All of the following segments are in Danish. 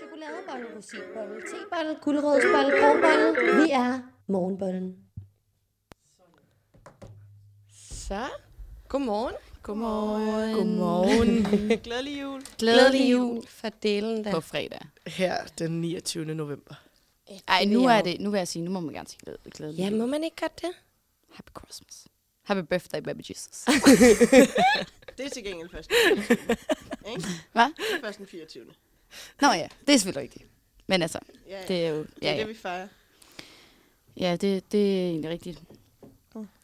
chokoladebolle, rosinbolle, tebolle, gulerodsbolle, kronbolle. Vi er morgenbollen. Så, godmorgen. Godmorgen. Godmorgen. Glædelig jul. Glædelig jul. for delen da. På fredag. Her den 29. november. Ej, nu er det, nu vil jeg sige, nu må man gerne sige glædelig, glædelig Ja, jul. må man ikke godt det? Happy Christmas. Happy birthday, baby Jesus. Det er til gengæld først. Ikke? Hvad? Det er først den 24. Nå ja, det er selvfølgelig rigtigt. Men altså, Ja, det er jo... det, er Ja, det, ja. vi fejrer. ja det, det er egentlig rigtigt.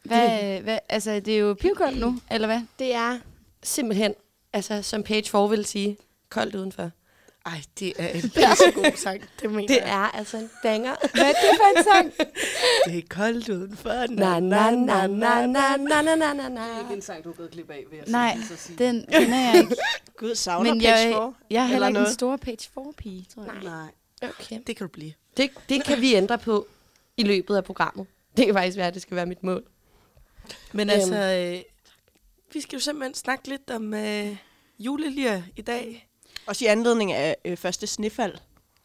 Hvad, øh, hvad, altså, det er jo pivkoldt nu, eller hvad? Det er simpelthen, altså som Paige Ford vil sige, koldt udenfor. Ej, det er en pissegod sang, det mener Det jeg. er altså en banger. Hvad er det for en sang? Det er koldt udenfor. Na, na, na, na, na, na, na, na, na, na. en sang, du er gået glip af, vil jeg Nej, sådan så sige. den kender jeg ikke. Gud savner Men Pitch jeg, for. jeg er heller Eller ikke en noget. stor page 4-pige, tror jeg. Nej. Okay. Det kan du blive. Det, det kan vi ændre på i løbet af programmet. Det kan faktisk være, at det skal være mit mål. Men altså, øh, vi skal jo simpelthen snakke lidt om øh, julelier i dag. Også i anledning af øh, første snefald.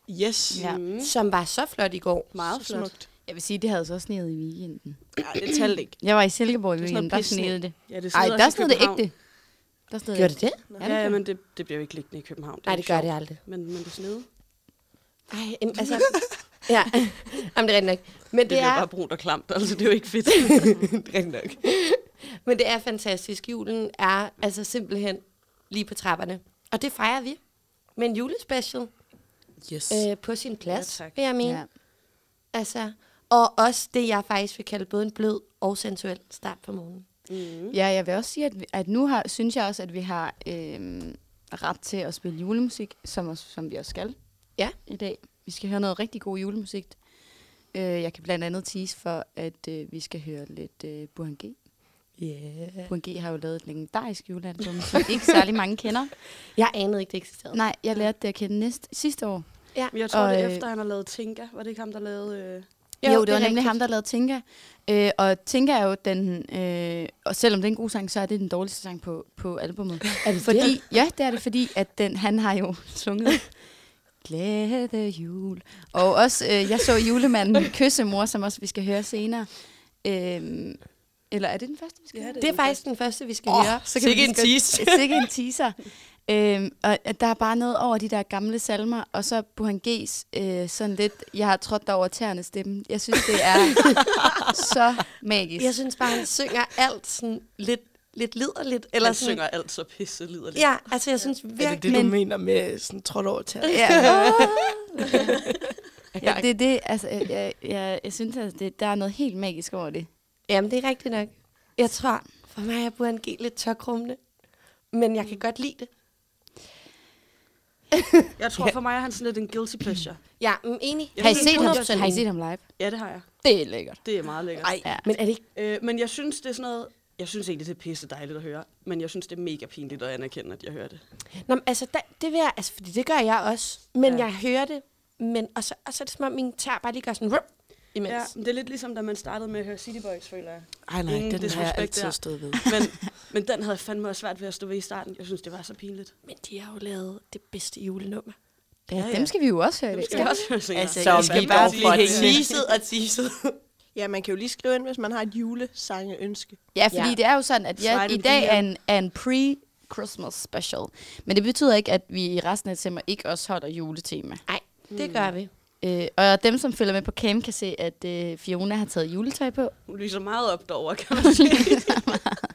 Yes. Ja. Mm. Som var så flot i går. Meget flot. Smukt. Jeg vil sige, det havde så sneet i weekenden. Ja, det talte ikke. Jeg var i Silkeborg i Det er sådan noget weekenden, der pissne. sneede det. Ja, det Ej, sidder der også i stod det København. ægte. Der stod Gjorde det det? Ja, Ja, det ja, gjorde men det, det bliver jo ikke liggende i København. Nej, er det jo gør det sjovt. aldrig. Men, men du snede. Ej, em, altså... ja, Jamen, det er rigtigt nok. Men Det, det, det er er, bare brunt og klamt, altså det er jo ikke fedt. rigtigt nok. Men det er fantastisk. Julen er altså simpelthen lige på trapperne. Og det fejrer vi med en julespecial Yes. øh, på sin plads, ja, tak. vil jeg mene. Ja. Ja. Altså, og også det, jeg faktisk vil kalde både en blød og sensuel start på morgenen. Ja, jeg vil også sige, at, vi, at nu har, synes jeg også, at vi har øhm, ret til at spille julemusik, som, os- som vi også skal Ja. i dag. Vi skal høre noget rigtig god julemusik. Øh, jeg kan blandt andet tease for, at øh, vi skal høre lidt øh, Burhan G. Yeah. Burhan G har jo lavet et legendarisk julealbum, som ikke særlig mange kender. Jeg anede ikke, det eksisterede. Nej, jeg lærte det at kende næste, sidste år. Ja. Men jeg tror, det er Og, øh, efter, han har lavet Tinka. Var det ikke ham, der lavede... Øh... Jo, jo det, det var nemlig rigtigt. ham, der lavede Tinka. Øh, og Tinka er jo den, øh, og selvom det er en god sang, så er det den dårligste sang på, på albumet. Er det fordi, det? Ja, det er det, fordi at den, han har jo sunget Glæde jul. Og også, øh, jeg så julemanden Kysse mor, som også vi skal høre senere. Øh, eller er det den første, vi skal høre? Det er faktisk den første, vi skal oh, høre. så kan Sikke en tease. Sikke en teaser. Øhm, og at der er bare noget over de der gamle salmer, og så Burhan G's øh, sådan lidt, jeg har trådt dig over tæerne stemme. Jeg synes, det er så magisk. Jeg synes bare, han synger alt sådan lidt, lidt liderligt. Eller Eller han sådan, synger alt så pisse liderligt. Ja, altså jeg synes virkelig... Er det det, du mener med sådan trådt over til? Ja. ja, det er det, altså, jeg, jeg, jeg, jeg synes, at det, der er noget helt magisk over det. Jamen, det er rigtigt nok. Jeg tror, for mig er Burhan G lidt tokrummende. Men jeg kan godt lide det. Jeg tror for mig, er han sådan lidt en guilty pleasure. Ja, mm, enig. Jeg Har I synes, set ham, 100% har I set ham live? Ja, det har jeg. Det er lækkert. Det er meget lækkert. Nej, Ja. ja. men er det ikke... Øh, men jeg synes, det er sådan noget... Jeg synes egentlig, det er pisse dejligt at høre, men jeg synes, det er mega pinligt at anerkende, at jeg hører det. Nå, men, altså, der, det vil jeg... Altså, fordi det gør jeg også. Men Ja. ja. jeg hører det. Men, og, så, og så er det som om, min tær bare lige gør sådan... Rup, imens. Ja, Ja. men det er lidt ligesom, da man startede med at høre City Boys, føler jeg. Ej nej, Ingen den har jeg disrespekt altid der. stået ved. Men, men den havde jeg fandme også svært ved at stå ved i starten. Jeg synes, det var så pinligt. Men de har jo lavet det bedste julenummer. Ja, dem skal vi jo også høre Det i dag. skal jeg også høre senere. Altså, Så jeg skal bare dog blive hængende. Teaset og teaset. Ja, man kan jo lige skrive ind, hvis man har et julesangeønske. Ja, fordi ja. Ja. det er jo sådan, at jeg, Slide i en dag fire. er en, er en pre-Christmas special. Men det betyder ikke, at vi i resten af december ikke også holder juletema. Nej, det mm. gør vi. Øh, og dem, som følger med på cam, kan se, at øh, Fiona har taget juletøj på. Hun lyser meget op derovre, kan man sige.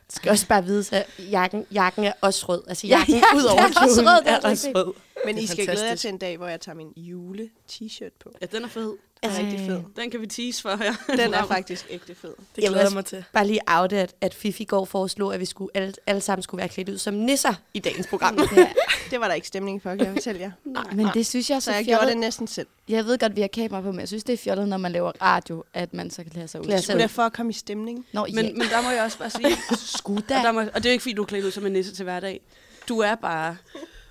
skal også bare vide, at jakken, jakken er også rød. Altså, Ja, jakken ja, jakken ud over er også kjolen rød, det er er også også rigtigt. rød. Men I skal fantastisk. glæde jer til en dag, hvor jeg tager min jule-t-shirt på. Ja, den er fed. Den er rigtig fed. Den kan vi tease for her. Den er faktisk ægte fed. Det Jamen, glæder jeg altså, mig til. Bare lige out, at, at Fifi i går foreslog, at vi skulle alle, alle sammen skulle være klædt ud som nisser i dagens program. Ja. Det var der ikke stemning for, kan jeg fortælle jer. Men det synes jeg er Så så, jeg gjorde det fjollet. næsten selv. Jeg ved godt, vi har kamera på, men jeg synes, det er fjollet, når man laver radio, at man så kan lade sig ud. Klæder sig Det er for at komme i stemning. Nå, Men, men, ja. men der må jeg også bare sige, Altså, Gud og, da. der må, og det er jo ikke, fordi du er klædt ud som en nisse til hverdag. Du er bare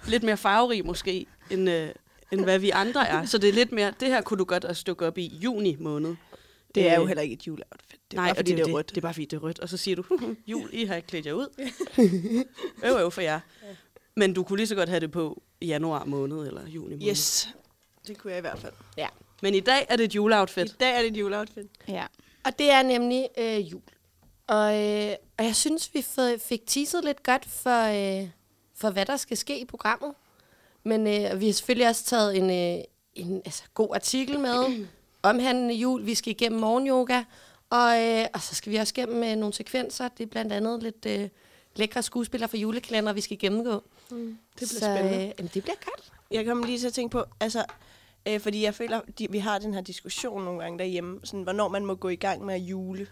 lidt mere farverig måske, end, øh, end hvad vi andre er. Så det er lidt mere, det her kunne du godt at stykke op i juni måned. Det er jo Øh, heller ikke et juleoutfit. Det er Nej, bare, fordi og det, er rødt. Det, det er bare fordi, det er rødt. Og så siger du, jul, I har ikke klædt jer ud. øv, øv for jer. Men du kunne lige så godt have det på i januar måned eller juni måned. Yes. Det kunne jeg i hvert fald. Men i dag er det et juleoutfit. I dag er det et juleoutfit. Ja. Og det er nemlig øh, jul. Og, øh, og jeg synes, vi fik, fik teaset lidt godt for, øh, for, hvad der skal ske i programmet. Men øh, og vi har selvfølgelig også taget en, øh, en altså, god artikel med omhandlende jul. Vi skal igennem morgenyoga, og, øh, og så skal vi også igennem øh, nogle sekvenser. Det er blandt andet lidt øh, lækre skuespillere fra juleklænder, vi skal gennemgå. Det bliver så, spændende. Øh, jamen, det bliver godt. Jeg kom lige til at tænke på, altså, øh, fordi jeg føler, de, vi har den her diskussion nogle gange derhjemme, sådan, hvornår man må gå i gang med at jule.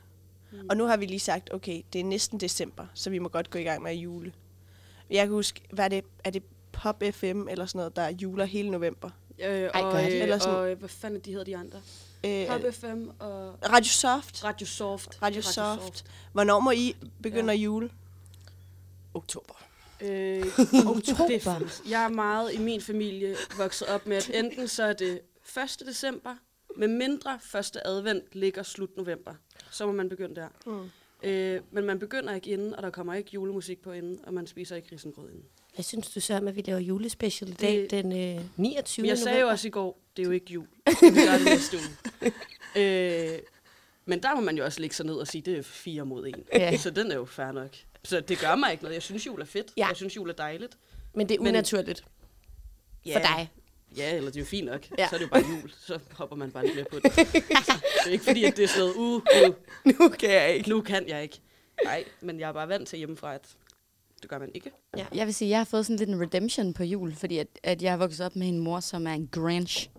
Mm. Og nu har vi lige sagt, okay, det er næsten december, så vi må godt gå i gang med at jule. Jeg kan huske, hvad er det, er det Pop FM eller sådan noget, der juler hele november? Øh, Ej, gør og, det. øh, Eller sådan- og øh, hvad fanden er de hedder de andre? Øh, Pop FM og Radio Soft. Radio Soft. Radio Soft. Hvornår må I begynde Ja. ja. at jule? Oktober. Øh, det er fint. jeg er meget i min familie vokset op med, at enten så er det 1. december, med mindre første advent ligger slut november. Så må man begynde der. Mm. Øh, men man begynder ikke inden, og der kommer ikke julemusik på inden, og man spiser ikke risengrød inden. Hvad synes du så om, at vi laver julespecial i dag Det- den øh, 29. Men jeg sagde jo november? også i går, det er jo ikke jul. så Vi gør det næste uge. Øh, men der må man jo også lægge sig ned og sige, det er fire mod en. Ja. Så den er jo fair nok. Så det gør mig ikke noget. Jeg synes, jul er fedt. Ja. Jeg synes, jul er dejligt. Men det er Men- unaturligt Ja, for dig. Ja, eller det er jo fint nok. Ja. Ja. Så er det jo bare jul. Så hopper man bare lidt mere på det. det er ikke fordi, at det er sådan noget, uh, uh, Nu kan jeg ikke. nu kan jeg ikke. Nej, men jeg er bare vant til hjemmefra, at det gør man ikke. Jeg vil sige, jeg har fået sådan lidt en redemption på jul, fordi at, at jeg har vokset op med en mor, som er en grinch.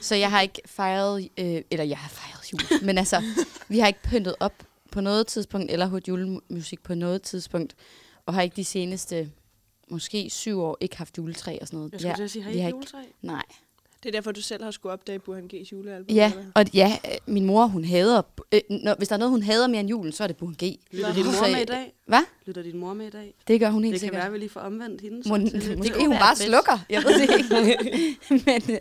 Så jeg har ikke fejret, øh, eller jeg har fejret jul, men altså, vi har ikke pyntet op på noget tidspunkt, eller hørt julemusik på noget tidspunkt, og har ikke de seneste, måske syv år, ikke haft juletræ og sådan noget. Jeg skulle til at sige, har I vi ikke juletræ? Nej. Det er derfor, du selv har skulle opdage Burhan G's julealbum. Ja, eller hvad? og ja, øh, min mor, hun hader, øh, når, hvis der er noget, hun hader mere end julen, så er det Burhan G. Lytter din Så- mor med i dag? Hvad? Lytter din mor med i dag? Det gør hun helt Det kan sikkert. være, at vi lige får omvendt hende. Må, så til lidt. måske kunne hun være bare fedt. slukker. Jeg ved det ikke. men øh,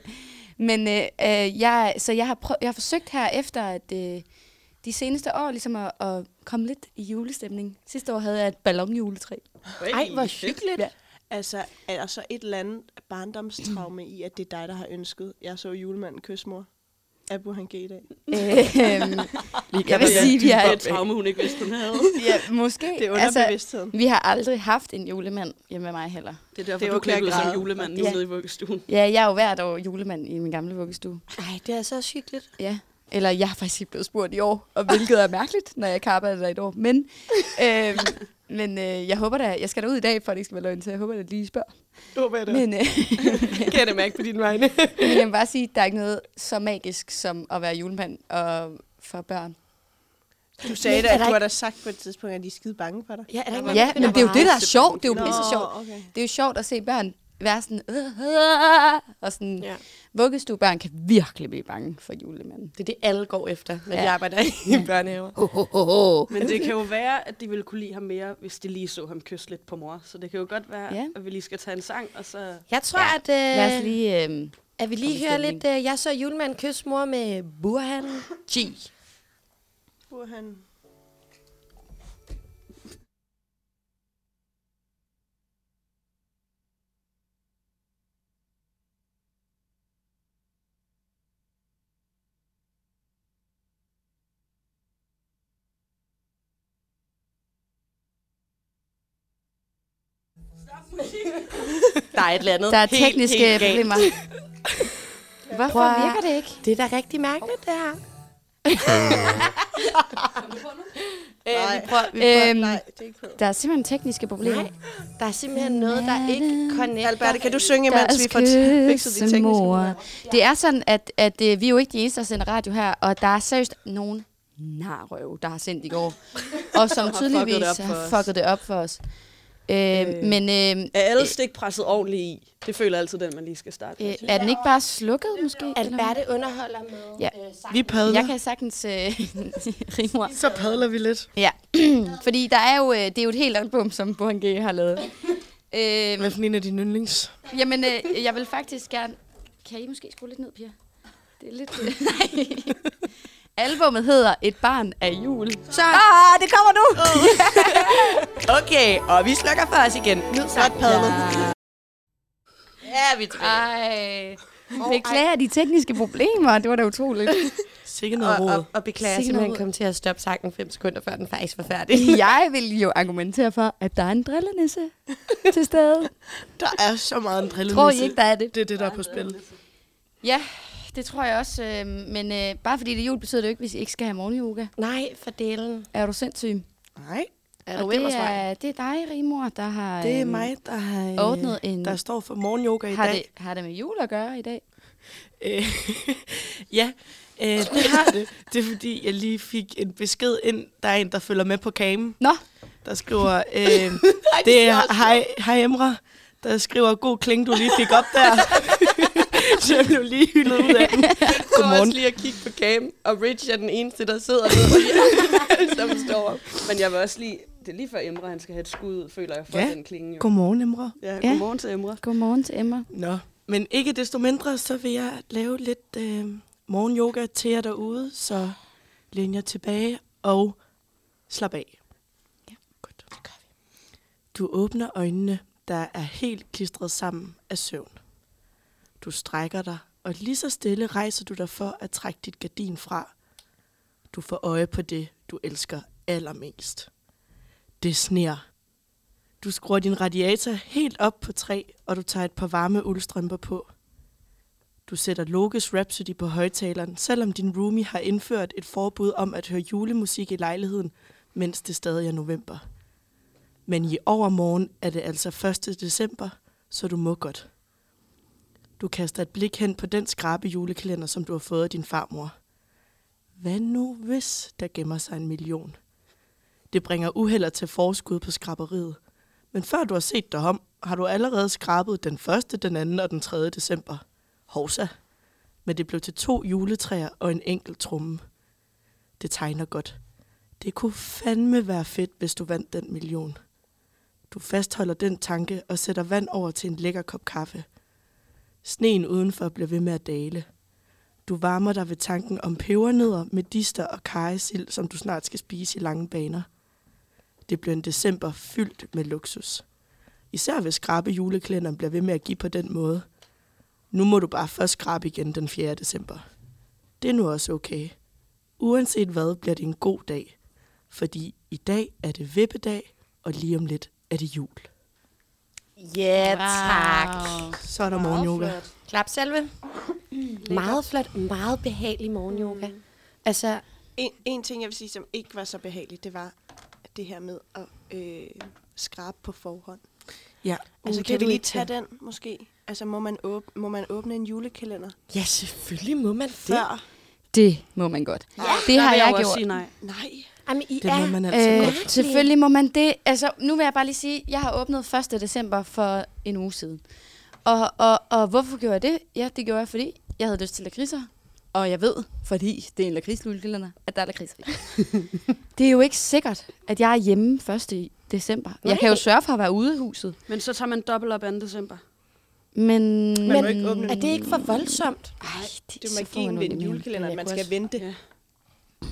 men øh, øh, jeg, så jeg har, prøv, jeg har forsøgt her efter at, øh, de seneste år ligesom at, at komme lidt i julestemning. Sidste år havde jeg et ballonjuletræ. Ej, hvor hyggeligt. Ja. Altså, er der så et eller andet barndomstraume i, at det er dig, der har ønsket, jeg så julemanden kysmor af Burhan G i dag? Øhm, jeg vil sige, vi Det er har... et traume, hun ikke vidste, hun havde. Ja, måske. Altså, Det er underbevidstheden. vi har aldrig haft en julemand hjemme med mig heller. Det er derfor, Det er du okay at klæder ud som græde. julemand nu Ja. nede i vuggestuen. Ja, jeg er jo hvert år julemand i min gamle vuggestue. Ej, det er så også hyggeligt. Ja. Eller jeg er faktisk ikke blevet spurgt i år, og hvilket er mærkeligt, når jeg ikke har arbejdet der i et år. Men, øh, men øh, jeg håber da, jeg skal da ud i dag, for at det ikke skal være løgn, så jeg håber da lige I spørger. Det håber jeg da. Men øh, Kan jeg da mærke på din vegne? men jeg vil bare sige, at der er ikke noget så magisk som at være julemand og for børn. Du sagde Men da, er at der du ikke- har da sagt på et tidspunkt, at de er skide bange for dig. Ja, er der ikke Ja, mange, men det er jo det, der er sjovt. Det er jo Nå, pisse sjovt. Okay. Det er jo sjovt at se børn være sådan, "Øh, øh," og sådan, Ja. ja. vuggestuebørn kan virkelig blive bange for julemanden. Det er det, alle går efter, når ja. de Ja. arbejder i børnehaver. Ho, ho, ho, ho. Men det kan jo være, at de ville kunne lide ham mere, hvis de lige så ham kysse lidt på mor. Så det kan jo godt være, Ja. at vi lige skal tage en sang, og så... Jeg tror, ja. at, Lad os øh, lige... Øh, at vi lige Kom i hører stemning. lidt. Øh, jeg så julemanden kysse mor med Burhan G. Burhan. Der er et eller andet der er helt, tekniske helt galt. problemer. Hvorfor Prøv at- virker det ikke? Det er da rigtig mærkeligt, det her. øh, vi prøver, vi prøver. Øhm, Nej, det er ikke på. Der er simpelthen tekniske problemer. Nej, der er simpelthen noget, der ikke connecter. Alberte, kan du synge, Der mens vi får t- fikset de tekniske problemer? Det er sådan, at, at øh, vi er jo ikke de eneste, der sender radio her, og der er seriøst nogen narrøv, der har sendt i går, og som fucket tydeligvis det op for har os. fucket det op for os. Øh, men øh, Er alle stik presset ordentligt i? Det føler jeg altid den, man lige skal starte med. øh, er den ikke bare slukket, måske? Eller hvad? Alberte underholder med Ja. øh, sang. Vi padler. Jeg kan sagtens øh, rime ord. Så padler vi lidt. Ja, fordi der er jo, øh, det er jo et helt album, som Burhan G. har lavet. Øh, Hvad for en af dine yndlings? Jamen, øh, jeg vil faktisk gerne... Kan I måske skrue lidt ned, Pia? Det er lidt... Nej. Albummet hedder Et barn af jul. Så... Ah, det kommer nu! Okay, og vi slukker for os igen. Nu Godt padlet. er vi tilbage. Ej. Beklager de tekniske problemer, det var da utroligt. Sikke noget og, råd. og, og beklager, jeg Sikke simpelthen Oh. noget. kom til at stoppe sangen 5 sekunder, før den faktisk var færdig. Jeg vil jo argumentere for, at der er en drillenisse til stede. Der er så meget en drille. Tror I ikke, der er det? Det er det, der er på spil. Ja, det tror jeg også. øh, Men øh, bare fordi det er jul, betyder det jo ikke, hvis I ikke skal have morgenyoga. Nej, for delen. Er du sindssyg? Nej, Er du Og det, ellers mig? er, det er dig, Rimor, der har, det er øh, mig, der har... øh, ordnet en- Der står for morgenyoga i har, dag. det, har det med jul at gøre i dag. Øh, ja, øh, det har det. Det er fordi, jeg lige fik en besked ind. Der er en, der følger med på cam, Nå, der skriver... Øh, det er, hej, hej Emre, der skriver, god kling, du lige fik op der. Så jeg blev lige hyldet ud af den. Godmorgen. Godmorgen. også lige at kigge på cam, og Rich er den eneste, der sidder nede, som står op. Men jeg vil også lige... Det er lige før Emre, han skal have et skud ud, føler jeg, for Ja. ja. den klinge. Jo. Godmorgen, Emre. Ja, Ja. godmorgen til Emre. godmorgen til Emma. Nå, men ikke desto mindre, så vil jeg lave lidt øh, morgenyoga til jer derude, så læn jer tilbage og slap af. Ja, godt. Det gør vi. Du åbner øjnene, der er helt klistret sammen af søvn. Du strækker dig, og lige så stille rejser du dig for at trække dit gardin fra. Du får øje på det, du elsker allermest. Det sner. Du skruer din radiator helt op på 3, og du tager et par varme uldstrømper på. Du sætter Lokes Rhapsody på højtaleren, selvom din roomie har indført et forbud om at høre julemusik i lejligheden, mens det stadig er november. Men i overmorgen er det altså 1. december, så du må godt. Du kaster et blik hen på den skrabe julekalender, som du har fået af din farmor. Hvad nu hvis der gemmer sig en million? Det bringer uheller til forskud på skraberiet. Men før du har set dig om, har du allerede skrabet den 1., den 2. og den 3. december. Hovsa. Men det blev til to juletræer og en enkelt tromme. Det tegner godt. Det kunne fandme være fedt, hvis du vandt den million. Du fastholder den tanke og sætter vand over til en lækker kop kaffe. Sneen udenfor bliver ved med at dale. Du varmer dig ved tanken om pebernødder, medister og karesild, som du snart skal spise i lange baner. Det bliver en december fyldt med luksus. Især hvis skrabe juleklænderen bliver ved med at give på den måde. Nu må du bare først skrabe igen den 4. december. Det er nu også okay. Uanset hvad bliver det en god dag. Fordi i dag er det vippedag, og lige om lidt er det jul. Ja, tak. Så er der morgenyoga. Klap selve. meget flot, meget behagelig morgenyoga. Mm. Altså, En, en ting, jeg vil sige, som ikke var så behageligt, det var det her med at øh, skrabe på forhånd. Ja. Altså, det er kan vi du lige ikke tage den, måske? Altså, må man, åbne, må man åbne en julekalender ja, selvfølgelig må man det. før? Det må man godt. Ja, det Der har vil jeg jo også gjort. sige nej. Nej. Jamen, I Det er... må man altså øh. Øh, godt. selvfølgelig må man det. Altså, nu vil jeg bare lige sige, jeg har åbnet 1. december for en uge siden. Og, og, og hvorfor gjorde jeg det? Ja, det gjorde jeg, fordi jeg havde lyst til lakridser. Og jeg ved, fordi det er en lakridslulekalender, at der er lakridser i. det er jo ikke sikkert, at jeg er hjemme 1. december. Jeg kan jo sørge for at være ude i huset. Men så tager man dobbelt op 2. december. Men, Man må ikke åbne Er det ikke for voldsomt? Ej, det, Det det er så får man magien ved ondt i en maven. julekalender, at man kunne skal vente. Ja.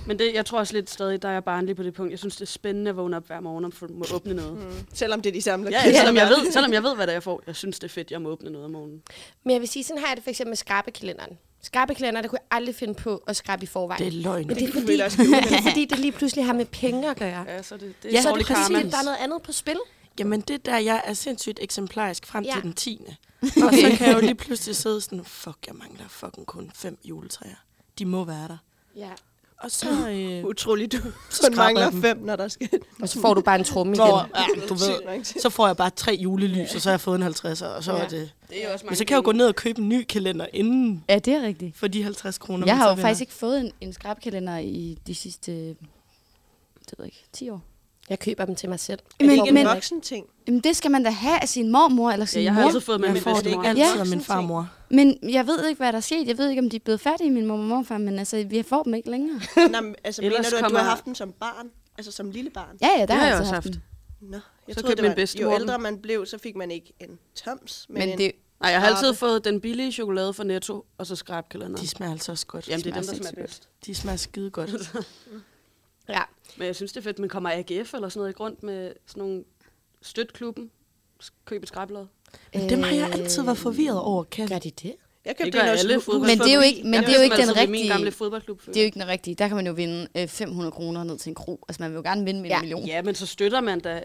Men det, jeg tror også lidt stadig, der er jeg barnlig på det punkt. Jeg synes, det er spændende at vågne op hver morgen og få- må åbne noget. Mm. Selvom det er de samme Ja, ja, selvom, jeg ved, selvom jeg ved, hvad det er, jeg får. Jeg synes, det er fedt, jeg må åbne noget om morgenen. Men jeg vil sige, sådan har jeg det for eksempel med skrabekalenderen. Skrabekalenderen, der kunne jeg aldrig finde på at skrabe i forvejen. Det er løgn. Men det er, kunne fordi, vel også være det er fordi, det lige pludselig har med penge at gøre. Ja, så er det, det Ja, så er dårlig det præcis, karma. at der er noget andet på spil. Jamen det er der, jeg er sindssygt eksemplarisk frem ja. Ja. til den 10. Og så kan jeg jo lige pludselig sidde sådan, fuck, jeg mangler fucking kun fem juletræer. De må være der. Ja. Og så, øh, Utroligt, du kun skraber mangler jeg dem. fem, når der skal... Og så får du bare en tromme igen. hvor, ja, du Sygt nok ved, til. så får jeg bare tre julelys, og så har jeg fået en 50, og så er det... Det er jo også Men mange så kan jeg jo gå ned og købe en ny kalender inden Ja, det er rigtigt. for de 50 kroner. Jeg man har så jo vinder. faktisk ikke fået en, en skrabkalender i de sidste, det ved jeg ikke, 10 år. Jeg køber dem til mig selv. Men, Men- ikke en men- voksen ting. Jamen, det skal man da have af sin mormor eller sin Ja, jeg mor. har altid fået med min Jeg får det bedstemor. ikke altid Ja. af min farmor. Men jeg ved ikke, hvad der er sket. Jeg ved ikke, om de er blevet færdige, min mor og morfar, men altså, vi får dem ikke længere. Nå, men, altså, Ellers mener du, at du kommer- har haft dem som barn? Altså som lille barn? Ja, ja, der har har jeg altså også haft haft. dem. Nå, jeg Så troede, købte det min var, bedstemor jo den. ældre man blev, så fik man ikke en toms, men, Men en, det, Nej, jeg har altid Skrabe. fået den billige chokolade fra Netto, og så skrabkalender. De smager altså også godt. Jamen, det er dem, der smager smager bedst. De smager skide godt. Ja. Men jeg synes, det er fedt, man kommer AGF eller sådan noget i grund med sådan nogle støtklubben, køb et skrablad. Øh, Men dem har jeg altid været forvirret over, kan Gør de det? Jeg købte Ikke en var hos alle hu- fodbold- Men det er jo forbi. ikke- men Jeg det er jo købte ikke dem den altså ved min rigtige- gamle fodboldklub. før. Det er jo ikke den rigtige. Der kan man jo vinde øh, 500 kroner ned til en kro. Altså, man vil jo gerne vinde med ja. Ja. en million. Ja, men så støtter man da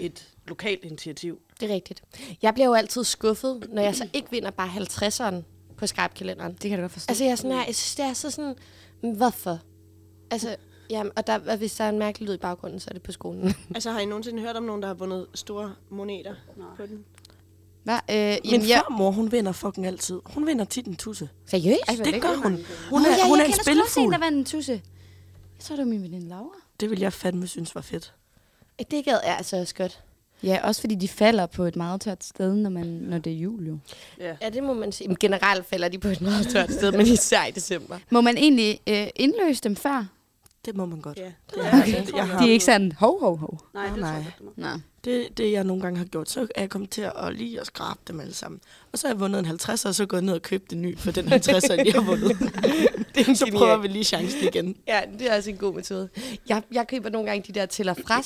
et lokalt initiativ. Det er rigtigt. Jeg bliver jo altid skuffet, når jeg så ikke vinder bare 50'eren på skarpkalenderen. Det kan du godt forstå. Altså, jeg, er sådan her, jeg synes, det er så sådan, "Men hvorfor? Altså, jamen, og der, og hvis der er en mærkelig lyd i baggrunden, så er det på skolen. Altså, har I nogensinde hørt om nogen, der har vundet store moneter Nej. på den? Hva? Øh, Min jamen, jeg, farmor, hun vinder fucking altid. Hun vinder tit en tusse. Seriøst? Ej, hvor Altså, Det gør lækkert. hun. Hun Nå, er, ja, hun jeg er en kender sgu også en, spillefugl. der vandt en tusse. Jeg tror, det var min veninde Laura. Det vil jeg fandme synes var fedt. Det gad jeg altså også godt. Ja, også fordi de falder på et meget tørt sted, når, man, når det er jul jo. Ja. Ja, det må man sige. Men generelt falder de på et meget tørt sted, men især i december. Må man egentlig øh, indløse dem før? Det må man godt. Ja. Det, er, okay. jeg De har, er ikke sådan, hov, hov, hov. Nej, det tror nej. jeg ikke, det må. Nå. det, det, jeg nogle gange har gjort, så er jeg kommet til at lige at skrabe dem alle sammen. Og så har jeg vundet en 50'er, og så gået ned og købt en ny for den 50'er, jeg har vundet. det så prøver vi lige chancen igen. Ja, det er også en god metode. Jeg, jeg køber nogle gange de der til og fra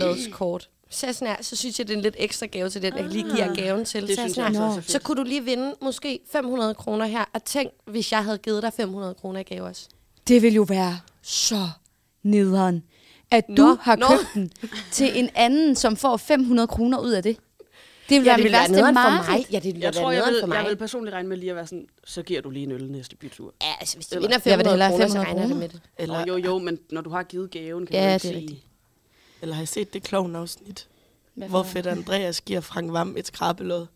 skarpelodskort. Så, er jeg sådan her, så synes jeg, det er en lidt ekstra gave til den, jeg lige giver gaven til. Ah. Det så, er jeg synes sådan jeg her, også er fedt. så kunne du lige vinde måske 500 kroner her, og tænk, hvis jeg havde givet dig 500 kroner i gave også. Det vil jo være så nederen, at du Nå, har nå. købt den til en anden, som får 500 kroner ud af det. Det vil Ja, være det mit ville være værste nederen for mig. mareridt. Ja, det ville Jeg være tror, jeg nederen for vil, mig. jeg vil personligt regne med lige at være sådan, så giver du lige en øl næste bytur. Ja, altså, hvis du Eller- vinder Jeg vil da 500 hellere have kroner, så 500 regner jeg det kroner. med det. Eller, Eller, jo, jo, men når du har givet gaven, kan Ja, du ikke det er sige... rigtigt. eller har I set det klovn afsnit? Hvad for Hvor noget? fedt Andreas giver Frank Vam et skrabbelod.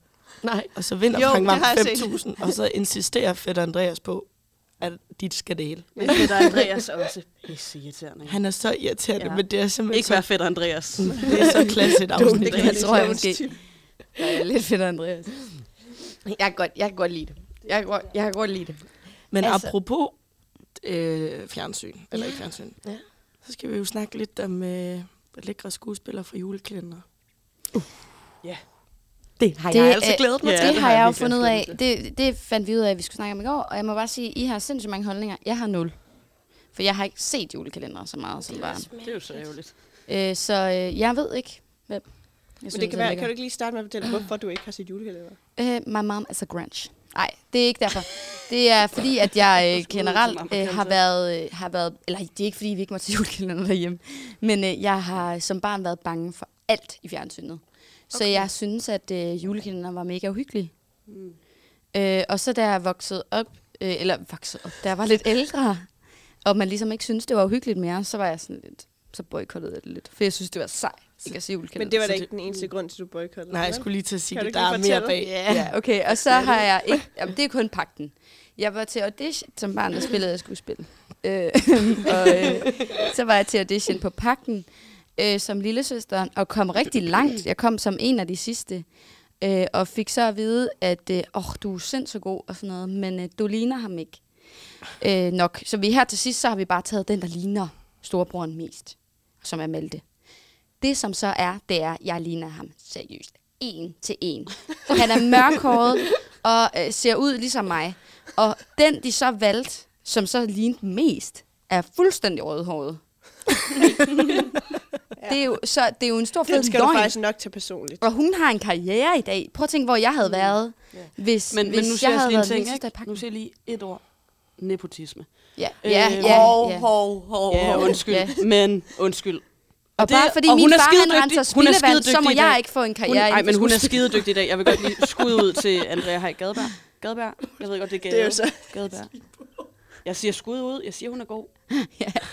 Nej. Og så vinder Jo, Frank det Vam har jeg set. 5.000, og så insisterer fedt Andreas på, at dit skal det hele. Men fætter Andreas er også pisseirriterende. ikke? Han er så irriterende, Ja. ja. men det er simpelthen Ikke være fætter Andreas. så, det er så klassisk afsnit. Det tror jeg måske. Jeg er lidt fedt, Andreas. Jeg kan godt, jeg kan godt lide det. Jeg kan godt, jeg kan godt lide det. Men Altså- altså. apropos øh, fjernsyn, eller ikke fjernsyn, Ja. så skal vi jo snakke lidt om øh, lækre skuespillere fra julekalender. Det har jeg altså øh, glædet mig det til. Det har jeg jo virkelig fundet ud af. glædet Det, det fandt vi ud af, at vi skulle snakke om i går. Og jeg må bare sige, I har sindssygt mange holdninger. Jeg har nul. For jeg har ikke set julekalendere så meget som barn. Det er jo så ærgerligt. Øh, så øh, jeg ved ikke, hvem. Jeg Men det kan, være, kan du ikke lige starte med at fortælle, hvorfor du ikke har set julekalender? Øh, my mom is a Grinch. Nej, det er ikke derfor. Det er fordi, at jeg øh, generelt øh, har, været, øh, har været... Eller det er ikke fordi, vi ikke må til julekalender derhjemme. Men øh, jeg har som barn været bange for alt i fjernsynet. Så jeg synes, at øh, julekalenderen var mega uhyggelig. Mm. Øh, og så da jeg voksede op, øh, eller voksede op, da jeg var lidt ældre, og man ligesom ikke syntes, det var uhyggeligt mere, så var jeg sådan lidt... Så boykottede jeg det lidt. For jeg synes, det var sejt ikke at se julekalender. Men det var da det- ikke den eneste grund til, du boykottede. Nej, jeg vel? skulle lige til at sige, Kan at du det, ikke der er lige mere fortælle? bag. Ja, yeah, okay. Og så har jeg ikke... Jamen, det er kun pakten. Jeg var til audition som barn, der spillede jeg skuespil. Øh, og øh, så var jeg til audition på pakten øh, som lillesøsteren, og kom rigtig langt. Jeg kom som en af de sidste. Øh, og fik så at vide, at øh, oh, du er sindssygt god og sådan noget, men øh, du ligner ham ikke øh, nok. Så vi her til sidst, så har vi bare taget den, der ligner storebroren mest, som er Malte. Det, som så er, det er, jeg ligner ham seriøst. En til en. Han er mørkhåret og øh, ser ud ligesom mig. Og den, de så valgte, som så lignede mest, er fuldstændig rødhåret. det, er jo, så, det er jo en stor fed Den skal du løgn. faktisk nok tage personligt. Og hun har en karriere i dag. Prøv at tænke, hvor jeg Mm. havde været, hvis, Men, hvis men nu jeg siger jeg havde også lige en været ting, lillesøster i ikke? Nu pakken. siger jeg lige et ord. Nepotisme. Ja, Øh, ja, ja. hov, ja. hov, hov, Ja, undskyld. Ja. Men undskyld. Og det- bare fordi min hun er far, han skidedygtig. renser Hun er spildevand, så må skidedygtig i jeg dag. ikke få en Hun, karriere ej, inden men for hun er skuespil. skidedygtig i dag. Jeg vil godt lige skud ud til Andrea Hej Gadberg. Gadberg. Jeg ved godt, det er Gade. Det er jo så- Gadberg. Jeg siger skud ud. Jeg siger, hun er god.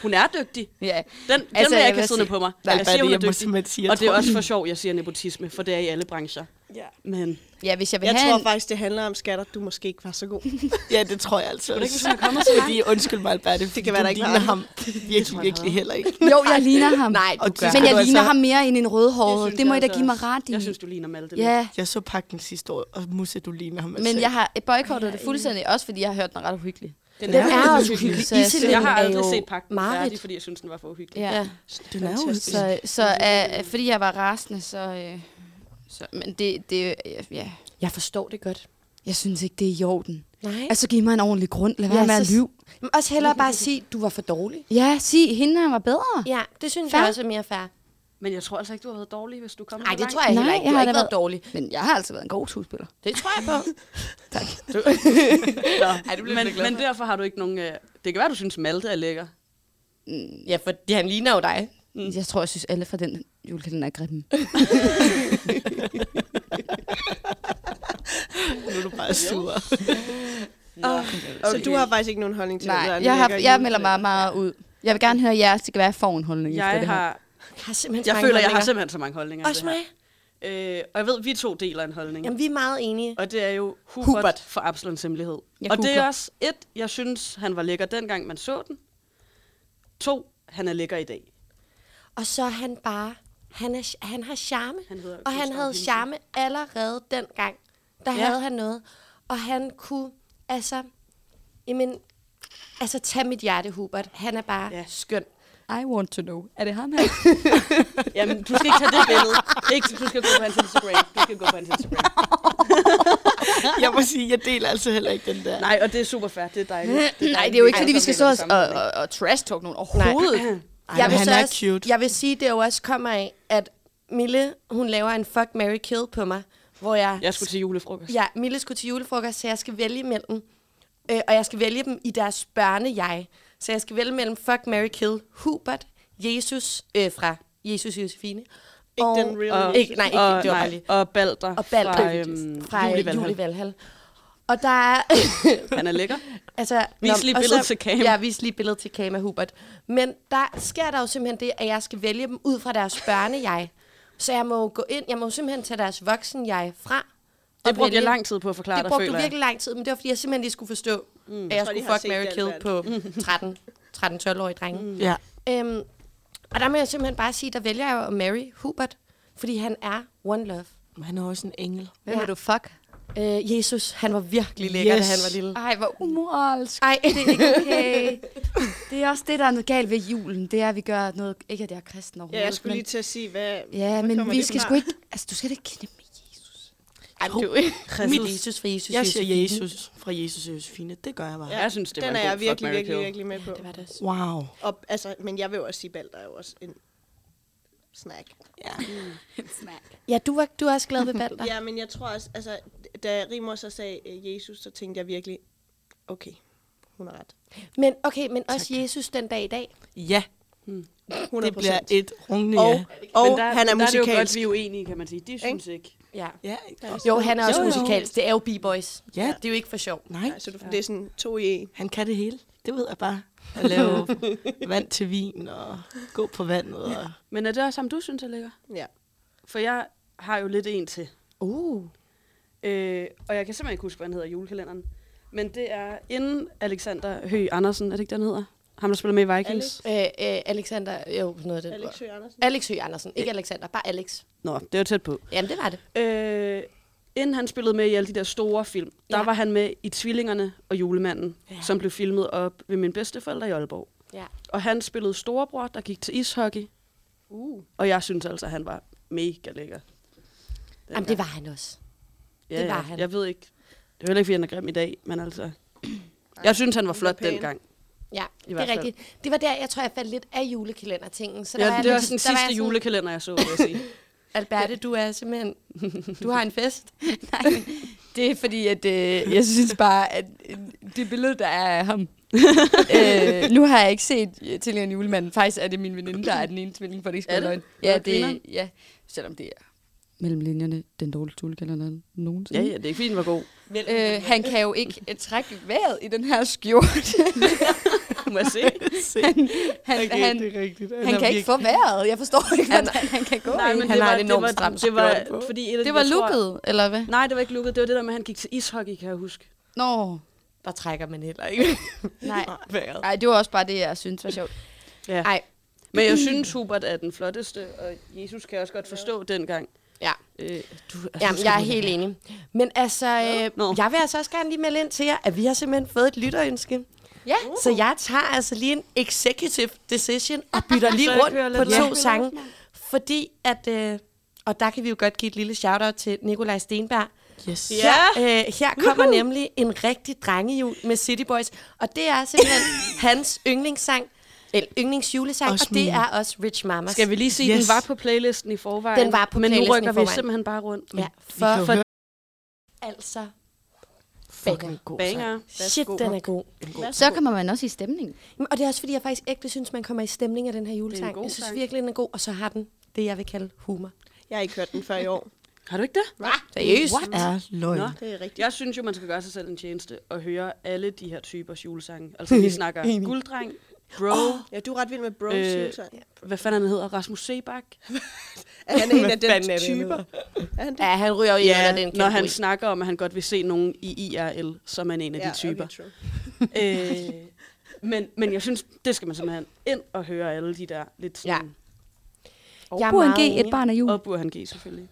Hun er dygtig. Ja. Den, den altså, Altså, vil jeg ikke jeg have vil siddende sige- på mig. Nej, jeg bare siger, det, hun er jeg må dygtig. simpelthen sige, jeg og det er tror- også for sjov, jeg siger nepotisme, for det er i alle brancher. Ja. Men ja, hvis jeg vil Jeg have tror en... faktisk, det handler om skatter, du måske ikke var så god. Ja, det tror jeg altså ikke, hvis også. hun kommer så Fordi, undskyld mig, Alberte, det kan kan være, der være, du ikke var ligner andre. ham virkelig, virkelig heller ikke. Jo, jeg ligner ham. Nej, du gør. Men Det jeg var ligner altså- ham mere end en rødhåret. synes Det, må jeg I da altså give mig også. ret i. Jeg synes, du ligner Malte. lidt. ja, Jeg så pakken sidste år, og Musse, du ligner ham. altså men jeg ikke. har boykottet det fuldstændig, også fordi jeg har hørt den er ret uhyggelig. Den, Den er også uhyggelig. Så jeg Iselin synes- Jeg har er aldrig jo set pakken færdig, mareridt. fordi jeg synes, den var for uhyggelig. Ja. Ja. Den er jo Så, så øh, fordi jeg var rasende, så... Øh, så men det, det, øh, ja. Jeg forstår det godt. Jeg synes ikke, det er i orden. Nej. Altså, giv mig en ordentlig grund. Lad være Ja, med at så- lyve. Men også hellere bare sige, du var for dårlig. Ja, sig, hende her var bedre. Ja, det synes Fair. jeg også er mere fair. Men jeg tror altså ikke, du har været dårlig, hvis du kommer Nej, så det langt. tror jeg heller Nej, ikke. jeg Du har har da ikke været været- dårlig. Men jeg har altså været en god skuespiller. Det tror jeg på. Nå, men, men derfor har du ikke nogen... Øh, det kan være, du synes, Malte er lækker. Ja, for ja, han ligner jo dig. Mm. Jeg tror, jeg synes, alle fra den julekalender er grimme. Nu er du bare sur. okay. Så du har faktisk ikke nogen holdning til, Nej, jeg, har, jeg melder mig meget ud. Jeg vil gerne høre jeres, det kan være, jeg får en holdning efter Jeg, det her. har, Jeg har simpelthen så jeg mange føler, jeg har holdninger. simpelthen så mange holdninger. til Også det her. mig. Øh, og jeg ved, vi to deler en holdning. Jamen, vi er meget enige. Og det er jo Hubert, Hubert. Hubert. for Absalons hemmelighed. Jeg Jeg og det googler. er også et, jeg synes, han var lækker dengang, man så den. To, han er lækker i dag. Og så er han bare... Han, er, han har charme. Han hedder og han Gustav havde Henrik. charme allerede dengang. Der ja. Ja. havde han noget. Og han kunne... Altså... Jamen... Altså, tag mit hjerte, Hubert. Han er bare ja. Ja. skøn. I want to know. Er det ham her? Jamen, du skal ikke tage det billede. Ikke, du skal gå på hans Instagram. Du skal gå på hans Instagram. Jeg må sige, jeg deler altså heller ikke den der. Nej, og det er super fair. Det er dejligt. Nej, det er jo ikke, fordi vi skal stå sidde og, og, og, og trash-talk nogen overhovedet. Nej. Ej, jeg jeg vil han så er også, cute. Jeg vil sige, det jo også kommer af, at Mille, hun laver en fuck, Mary kill på mig, hvor jeg... Jeg skulle til julefrokost. Ja, Mille skulle til julefrokost, så jeg skal vælge mellem. Øh, og jeg skal vælge dem i deres børne-jeg. Så jeg skal vælge mellem fuck, Mary kill, Hubert, Jesus øh, fra Jesus og Josefine. Ikke den real og, Jesus. ikke, Nej, ikke, og, det var bare nej, lige. og Balder, Og Balder fra, øhm, fra øh, Julie Valhall. Julie Valhall. Og der er... Han er lækker. Altså, Vis nå, lige og billedet til Kama. Ja, vis lige billedet til Kama Hubert. Men der sker der jo simpelthen det, at jeg skal vælge dem ud fra deres børne-jeg. Så jeg må jo gå ind, jeg må jo simpelthen tage deres voksen-jeg fra. og Det brugte jeg vælge- lang tid på at forklare Det dig, brugte du føler jeg. virkelig lang tid, men det var, fordi jeg simpelthen lige skulle forstå, mm, at jeg tror, de skulle har fuck, set Mary den kill valg. på 13 13-12-årige drenge. Mm. Ja. Øhm, og der må jeg simpelthen bare sige, der vælger jeg jo at marry Hubert, fordi han er one love. Men han er også en engel. Hvem er du fuck? Øh, Jesus, han var virkelig lækker, yes. da Yes. han var lille. Ej, hvor umoralsk. Ej, det er ikke Okay. Det er også det, der er noget galt ved julen. Det er, at vi gør noget... Ikke, at jeg er kristen Ja, overhovedet. jeg skulle men- lige til at sige, hvad... Ja, hvor men kommer vi det skal fra? sgu ikke... Altså, du skal da ikke kende med Jesus. Ej, du, mit Jesus for Jesus. Jeg Jesus. siger Jesus fra Jesus og Josefine. Det gør jeg bare. Ja, Jeg synes, det var den en er god jeg fuck, virkelig, Mary, virkelig, kill. virkelig med på. Det var det også. Wow. Og, altså, men jeg vil jo også sige, Balder er jo også en snack. Ja. Ja, du var, du er også glad ved Balder. Ja, men jeg tror også, altså, da Rimor så sagde øh, Jesus, så tænkte jeg virkelig, okay, hun har ret. Men okay, men også Jesus den dag i dag. Ja, 100%. det bliver et rungende Og, ja. og Men der, han er der er det jo godt, musikalsk. vi er uenige, kan man sige. De synes ikke. Ja. Ja, Jo, han er også Jo, jo. musikalsk. Det er jo B-boys. Ja. Det er jo ikke for sjov. nej, Nej, så Altså, du, det er sådan to i en. han kan det hele. Det ved jeg bare. At lave vand til vin og gå på vandet. Og... Men er det også ham, du synes er lækker? Ja. For jeg har jo lidt en til. Uh. Øh, og jeg kan simpelthen ikke huske, hvad han hedder i julekalenderen. Men det er inden Alexander Høgh Andersen, er det ikke, den hedder? Ham, der spiller med i Vikings. Alex. Øh, øh, Alexander, jo, noget af det. Alex Høgh Andersen. Alex Høgh Andersen. Ikke Alexander, bare Alex. Nå, det var tæt på. Jamen, det var det. Øh, inden han spillede med i alle de der store film, der Ja. var han med i Tvillingerne og Julemanden, ja. som blev filmet op ved min bedsteforældre i Aalborg. Ja. Og han spillede storebror, der gik til ishockey. Uh. Og jeg synes altså, at han var mega lækker. Den Jamen, der. det var han også. det var ja. han. Jeg ved ikke. Det er heller ikke, fordi han er grim i dag, men altså... Jeg synes, han var var flot pæn. dengang. Ja, det er hvert fald. rigtigt. Det var der, jeg tror, jeg faldt lidt af julekalendertingen. Så der var Ja, jeg det var lidt- sådan den der var jeg sidste julekalender, jeg så, vil jeg sige. Alberte, du er simpelthen... Du har en fest. Det er fordi, at øh, jeg synes bare, at øh, det billede, der er af ham... øh, nu har jeg ikke set øh, tidligere julemanden. Faktisk er det min veninde, der er den ene tvilling, for det ikke skal Er være det? løgn. Ja, Nå, det, grineren. ja, selvom det er mellem linjerne den dårligste julekalender nogensinde. Ja, ja, det er ikke, fordi den var god. Øh, han kan jo ikke øh, trække vejret i den her skjorte. Må jeg se? Han, han, okay, han, det er rigtigt. han kan ikke få vejret. Jeg forstår ikke, hvordan han kan gå. Nej, i. men Han det har var, en det enorm var, stram det var, skjorte på. fordi et af de- det var jeg tror- lukket, eller hvad? Nej, det var ikke lukket. Det var det der med, at han gik til ishockey, kan jeg huske. Nå, Der trækker man heller ikke nej. vejret. Ej, det var også bare det, jeg synes var sjovt. Ja. Ej, Men jeg synes, Hubert er den flotteste, og Jesus kan jeg også godt forstå dengang. ja. Øh, du, Jamen, jeg er helt enig. Men altså, øh, Nå. jeg vil altså også gerne lige melde ind til jer, at vi har simpelthen fået et lytterønske. Ja. Så jeg tager altså lige en executive decision og bytter lige Så kører rundt lidt på rundt. to sange. Fordi at, øh, og der kan vi jo godt give et lille shout-out til Nikolaj Stenberg. Yes. Ja. Her, øh, her kommer Woohoo. nemlig en rigtig drengejul med City Boys. Og det er simpelthen hans yndlingssang. El- yndlingsjulesang, Også og det min. er også Rich Mamas. Skal vi lige sige, yes. Yes. den var på playlisten i forvejen? Den var på Men playlisten nu i rykker vi forvejen. simpelthen bare rundt. Ja, For, for, for altså, Fucking god sang. banger. shit, den er god. Så kommer man også i stemning. Jamen, Og det er også fordi, jeg faktisk ægte synes, man kommer i stemning af den her julesang. god Jeg synes sang. virkelig, den er god, og så har den det, jeg vil kalde humor. Jeg har ikke hørt den før i år. Har du ikke det? Seriøst? What? er løgn. Nå. Det er rigtigt. Jeg synes jo, man skal gøre sig selv en tjeneste og høre alle de her typers julesange. Altså, vi snakker gulddreng, bro, oh, Ja, du er ret vild med bros, Øh, øh, hvad fanden han hedder, Rasmus Sebak. Er han en af fanden er den det, han typer? Er han det? Ja, han ryger jo i ja, den når han snakker om, at han godt vil se nogen i IRL, så er man en af de typer. Okay, true. øh, men, men jeg synes, det skal man simpelthen ind og høre alle de der lidt sådan... Ja. Jeg er Brug en G, meget et enig. barn af jul. Og Burhan G, selvfølgelig.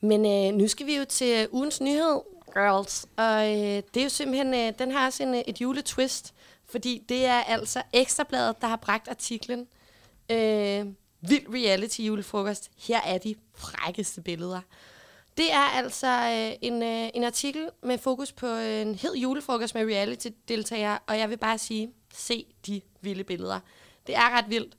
Men øh, nu skal vi jo til øh, ugens nyhed, girls. Og øh, det er jo simpelthen, øh, den har også en, øh, et juletwist, fordi det er altså Ekstrabladet, der har bragt artiklen. Øh, Vild reality julefrokost. Her er de frækkeste billeder. Det er altså øh, en, øh, en artikel med fokus på øh, en hed julefrokost med reality-deltagere, og jeg vil bare sige, se de vilde billeder. Det er ret vildt.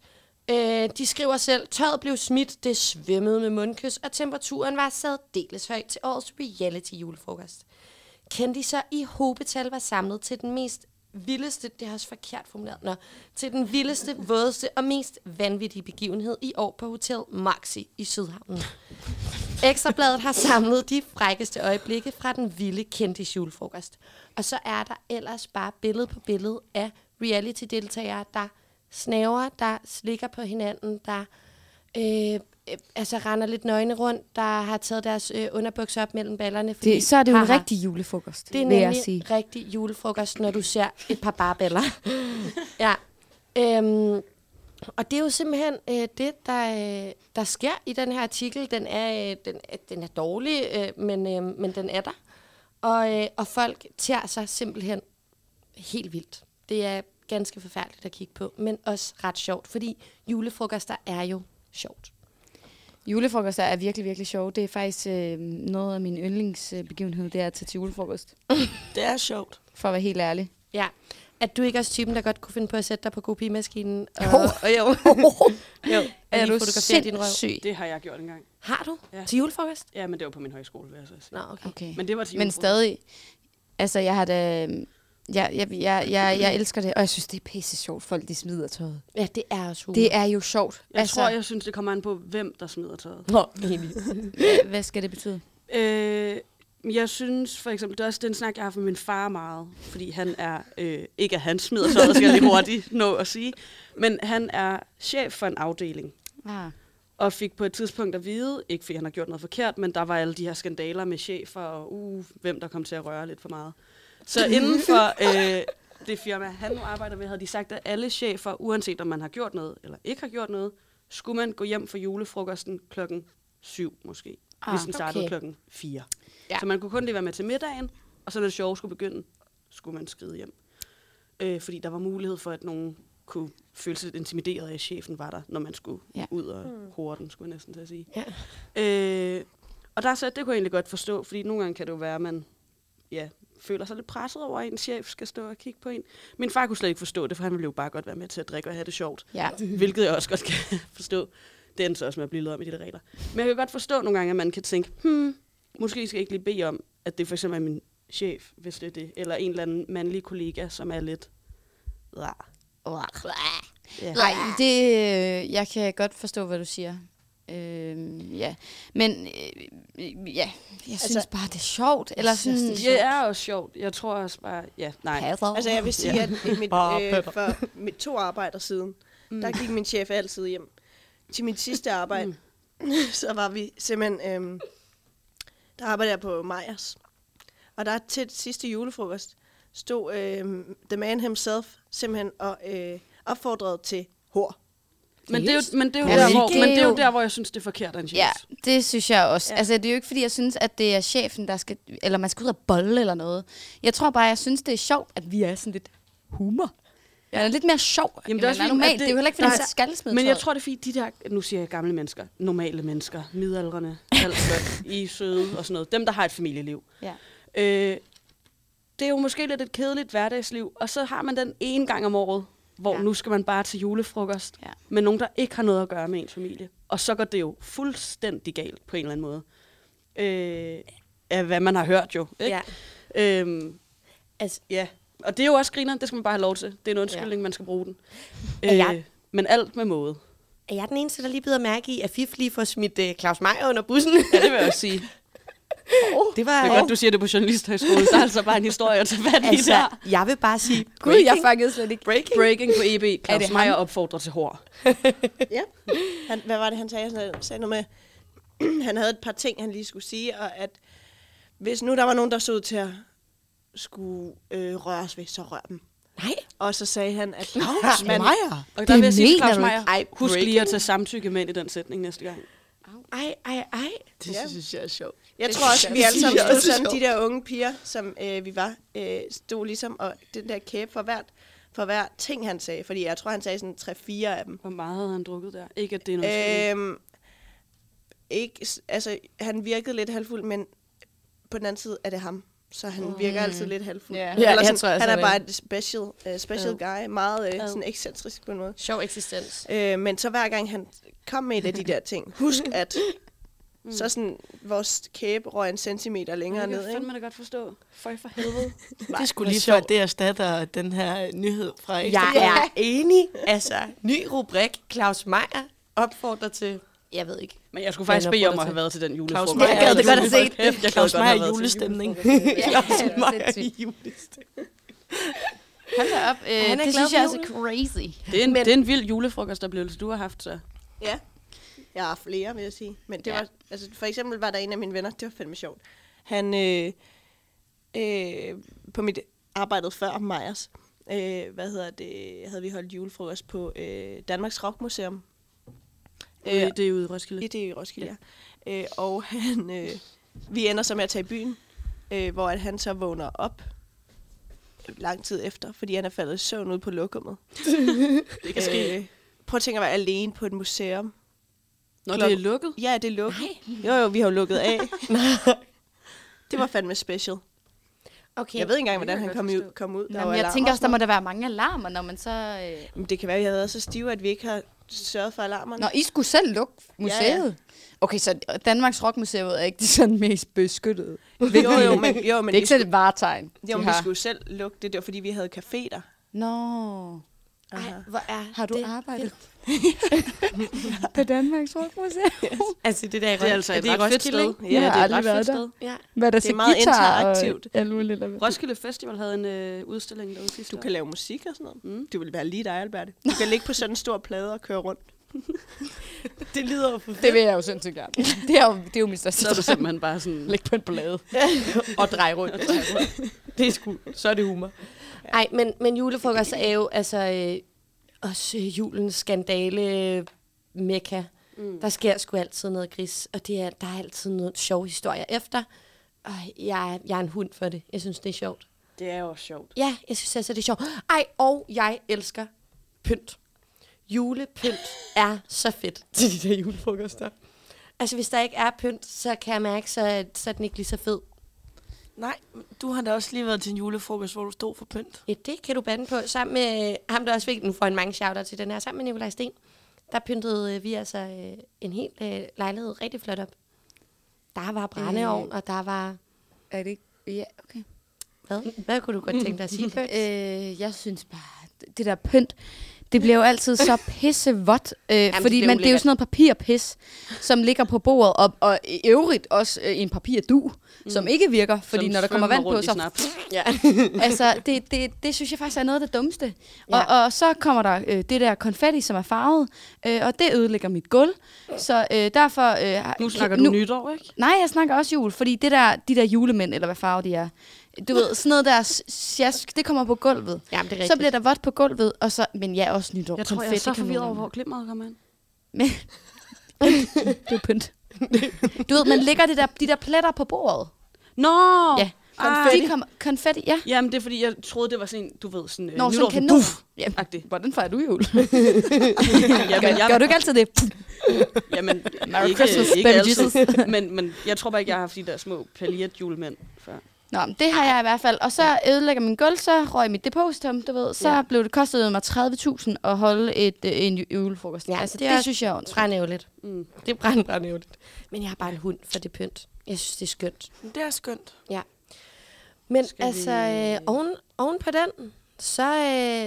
Øh, de skriver selv, tøjet blev smidt, det svømmede med mundkys, og temperaturen var særdeles høj til årets reality-julefrokost. Kendiser i hobetal var samlet til den mest vildeste, det er også forkert formuleret, nå, til den vildeste, vådeste og mest vanvittige begivenhed i år på Hotel Maxi i Sydhavnen. Ekstrabladet har samlet de frækkeste øjeblikke fra den vilde kendte julefrokost. Og så er der ellers bare billede på billede af reality-deltagere, der snaver, der slikker på hinanden, der øh, øh, altså render lidt nøgne rundt, der har taget deres øh, underbukser op mellem ballerne. fordi- Det, så er det jo en Haha. rigtig julefrokost, Det er vil jeg nemlig sige. rigtig julefrokost, når du ser et par barbeller. ja. Øhm, og det er jo simpelthen øh, det, der, øh, der sker i den her artikel. Den er, øh, den, øh, den er dårlig, øh, men, øh, men den er der. Og, øh, og folk tager sig simpelthen helt vildt. Det er ganske forfærdeligt at kigge på, men også ret sjovt, fordi julefrokoster er jo sjovt. Julefrokoster er virkelig, virkelig sjove. Det er faktisk øh, noget af min yndlingsbegivenhed, det er at tage til julefrokost. Det er sjovt. For at være helt ærlig. Ja. At du ikke også typen, der godt kunne finde på at sætte dig på kopimærkinen og, og jo. jo. Er du fotografere din røv? Det har jeg gjort engang. Har du? Ja. Ja. Til julefrokost? Ja, men det var på min højskole, vil jeg så sige. Nå, okay. Okay. Men det var til Men julefrokost. stadig, altså jeg har da... Jeg, jeg, jeg, jeg, jeg elsker det, og jeg synes, det er pisse sjovt, folk de smider tøjet. Ja, det er også humor. Det er jo sjovt. Jeg altså... tror, jeg synes, det kommer an på, hvem der smider tøjet. Hva- Hvad skal det betyde? Øh, jeg synes for eksempel, det er også den snak, jeg har haft med min far meget, fordi han er, øh, ikke at han smider tøjet, skal jeg lige hurtigt nå at sige, men han er chef for en afdeling, Ah. og fik på et tidspunkt at vide, ikke fordi han har gjort noget forkert, men der var alle de her skandaler med chefer og uh, hvem der kom til at røre lidt for meget. Så inden for øh, det firma, han nu arbejder ved, havde de sagt, at alle chefer, uanset om man har gjort noget eller ikke har gjort noget, skulle man gå hjem for julefrokosten klokken 7 måske, ah, hvis den startede okay. okay. klokken 4. Ja. Så man kunne kun lige være med til middagen, og så når det sjove skulle begynde, skulle man skride hjem. Øh, fordi der var mulighed for, at nogen kunne føle sig lidt intimideret af, at chefen var der, når man skulle Ja. ja. ud og hore den, skulle jeg næsten til at sige. Ja. Øh, og der er så, det kunne jeg egentlig godt forstå, fordi nogle gange kan det jo være, at man ja, føler sig lidt presset over, at en chef skal stå og kigge på en. Min far kunne slet ikke forstå det, for han ville jo bare godt være med til at drikke og have det sjovt. Ja. Hvilket jeg også godt kan forstå. Det endte så også med at blive lavet om i de der regler. Men jeg kan godt forstå nogle gange, at man kan tænke, hmm, måske skal jeg ikke lige bede om, at det for eksempel er min chef, hvis det er det. Eller en eller anden mandlig kollega, som er lidt... rar. Nej, det, øh, jeg kan godt forstå, hvad du siger. Øh, ja, men øh, ja, jeg synes altså, bare, det er sjovt. Eller sådan, Det er også sjovt. Jeg tror også bare... Ja, nej. Altså, jeg vil sige, at i mit, øh, for mit to arbejder siden, mm. der gik min chef altid hjem. Til mit sidste arbejde, mm. så var vi simpelthen... Øh, der arbejdede jeg på Majers. Og der til sidste julefrokost stod øh, The Man Himself simpelthen og øh, opfordrede til hår. Men det er jo, men det er jo, Altså, der, hvor, det er men det er jo jo- der, hvor jeg synes, det er forkert af en chef. Ja, det synes jeg også. Ja. Ja. Altså, det er jo ikke, fordi jeg synes, at det er chefen, der skal... Eller man skal ud og bolle eller noget. Jeg tror bare, jeg synes, det er sjovt, at vi er sådan lidt humor. Ja. er lidt mere sjov, Jamen, det er, også er fordi, at normalt. Det, det er jo heller ikke, fordi nej, man skal smide Men jeg tøjet. tror, det er fordi, de der, nu siger jeg gamle mennesker, normale mennesker, midaldrende, altså, I er søde og sådan noget, dem, der har et familieliv. Ja. Øh, det er jo måske lidt et kedeligt hverdagsliv, og så har man den ene gang om året, hvor Ja. ja. nu skal man bare til julefrokost Ja. ja. med nogen, der ikke har noget at gøre med ens familie. Og så går det jo fuldstændig galt på en eller anden måde. Øh, af hvad man har hørt jo. Ikke? Ja. Øhm, Altså, ja. Og det er jo også griner, det skal man bare have lov til. Det er en undskyldning, ja. man skal bruge den. Øh, Er jeg- men alt med måde. er jeg den eneste, der lige bider mærke i, at Fif lige får smidt uh, Claus Meier under bussen? Ja, Det vil jeg også sige. det var... Det er godt, du siger det på journalisthøjskole. Der er altså bare en historie at tage fat i altså, der. jeg vil bare sige, Gud, jeg fangede slet ikke. breaking. Breaking på EB. Er det Claus Meier opfordrer til hår. Ja. Han, hvad var det, han sagde? Han sagde noget med, han havde et par ting, han lige skulle sige, og at hvis nu der var nogen, der så ud til at skulle øh, røres ved, så rør dem. Nej. Og så sagde han, at Claus man, Meier. Og der vil jeg sige til mener Claus du Meier, ikke. Ej, husk breaking. lige at tage samtykke med ind i den sætning næste gang. Ej, ej, ej. Det Ja. synes jeg er sjovt. jeg tror også, vi Det alle sammen synes jeg stod også er sådan, de sjovt. der unge piger, som øh, vi var, øh, stod ligesom, og den der kæbe for hvert, for hver ting, han sagde. Fordi jeg tror, han sagde sådan 3-4 af dem. Hvor meget havde han drukket der? Ikke at det er noget øh, Øhm, ikke, s- altså, han virkede lidt halvfuld, men på den anden side er det ham. Så han mm. virker altid lidt halvfuld. Ja. Eller Ja, jeg sådan, tror også, han er han er. bare et special, uh, special guy. Meget uh, sådan ekscentrisk på en måde. Sjov eksistens. Uh, men så hver gang han kom med et af de der ting, husk at så sådan, vores kæbe røg en centimeter længere Jeg ned. kan Ikke? fandme da godt forstå. For for helvede. Det skulle lige før, det erstatter den her øh, nyhed fra Ekstra. Jeg er enig. Altså, ny rubrik. Claus Meier opfordrer til... Jeg ved ikke. Men jeg skulle faktisk Han bede om opfordrer at til- have været til den Claus julefrokost. Meier. Jeg gad det godt at se. Jeg gad Claus godt have Meier været til julestemning. Ja, sindssygt. julestemning. Hold da op. Øh, Han er det glad synes jeg for også er crazy. Det er en, det er en vild julefrokostoplevelse, du har haft så. Ja. Jeg har flere, vil jeg sige. Men det Ja. ja. var, altså, for eksempel var der en af mine venner, det var fandme sjovt. Han, øh, øh, på mit arbejde før Majers, øh, hvad hedder det, havde vi holdt julefrokost på øh, Danmarks Rockmuseum. E Øh, det er ude i Roskilde. I det i Roskilde, ja. Øh, og han, øh, vi ender så med at tage i byen, øh, hvor at han så vågner op lang tid efter, fordi han er faldet i søvn ude på lokummet. det kan ske. Øh, prøv at tænke at være alene på et museum. Når klok- det er lukket. Ja, det er lukket. Nej. Jo, jo, vi har jo lukket af. det var fandme special. Okay. Jeg ved ikke engang, hvordan han kom ud. Kom ud. Der var Jamen, jeg alarm tænker og også, der sådan må der være mange alarmer, når man så... Øh... noget. Men det kan være, at jeg har været så stive, at vi ikke har sørget for alarmerne. Nå, I skulle selv lukke museet? Ja, Ja, ja. Okay, så Danmarks Rockmuseet er ikke det sådan mest beskyttede. jo, jo, men, jo, men det er vi ikke sådan et varetegn, skulle, de jo, men vi har. skulle selv lukke det. Det var, fordi vi havde café der. Nå, Ej, hvor er har du det arbejdet på Danmarks Rockmuseet? Altså, det der i Det er altså et i ret fedt Roskilde, sted. ikke? Ja, Jeg har det er et aldrig ret været fedt der. sted. Ja. Hvad er der Det så er meget guitar interaktivt. og alle mulige der Roskilde Festival havde en øh, udstilling derude sidste Du år. kan lave musik og sådan noget. Mm. Det ville være lige dig, Albert. Du kan ligge på sådan en stor plade og køre rundt. Det lyder jo for Det vil jeg jo sindssygt gerne. Det er jo, det er jo min største Så er du simpelthen bare sådan... Læg på en blade. Og drej rundt. det er sgu, så er det humor. Nej, men, men julefrokost er jo altså øh, også øh, julens skandale øh, mekka. Mm. Der sker sgu altid noget gris, og det er, der er altid noget sjov historie efter. Og jeg, jeg er en hund for det. Jeg synes, det er sjovt. Det er jo sjovt. Ja, jeg synes altså, det er sjovt. Ej, og jeg elsker pynt. Julepynt er så fedt til de der julefrokoster. Altså, hvis der ikke er pynt, så kan jeg mærke, så, så er den ikke lige så fed. Nej, du har da også lige været til en julefrokost, hvor du stod for pynt. Ja, det kan du bande på. Sammen med øh, ham, der også fik, nu får han mange shouter til den her, sammen med Nikolaj Sten, der pyntede øh, vi altså øh, en hel øh, lejlighed rigtig flot op. Der var brændeovn, og der var... Er det ikke? Ja, okay. Hvad? Hvad kunne du godt tænke dig at sige? Kurt? Øh, jeg synes bare, det der pynt, det bliver jo altid så pissevådt, øh, fordi man, det er jo bliver ulækkert. sådan noget papirpis, som ligger på bordet, og, og i øvrigt også øh, en papirdu, mm. som ikke virker, fordi Som når der kommer svømmer vand på, rundt i så snaps. ja. altså, det, det, det synes jeg faktisk er noget af det dummeste. Ja. Ja. Og, og så kommer der øh, det der konfetti, som er farvet, øh, og det ødelægger mit gulv. Så øh, derfor... Øh, har- Nu snakker kan- du nytår, ikke? Nej, jeg snakker også jul, fordi det der, de der julemænd, eller hvad farve de er, du ved, sådan noget der s- sjask, det kommer på gulvet. Jamen, det er Så rigtigt. bliver der vådt på gulvet, og så, men ja, også nytår. Jeg tror, jeg er Konfetti så kan forvirret man- over, hvor glimmeret kommer ind. Men, det er jo pynt. Du ved, man lægger det der, de der pletter på bordet. Nå! Ja. Konfetti. De kommer, konfetti, ja. Øh, Jamen, det er Ah, fordi, jeg troede, det var sådan, en, du ved, sådan øh, Nå, sådan nytår, en kanon. Ja, agtig. hvordan fejrer du jul? Jamen, Gør, gør du ikke altid det? Jamen, Merry ikke, Christmas, ikke baby altid. men, men jeg tror bare ikke, jeg har haft de der små paljetjulemænd før. Nå, men det har jeg i hvert fald. Og så ødelægger min gulv, så røg mit depositum, du ved. Så ja. blev det kostet mig 30.000 at holde et, øh, en ju- julefrokost. Ja, altså, det, det også synes jeg er ondt. Brændævligt. Mm. Det er brand, brændævligt. Men jeg har bare en hund, for det er pynt. Jeg synes, det er skønt. Det er skønt. Ja. Men Skal altså, øh, oven, oven på den, så,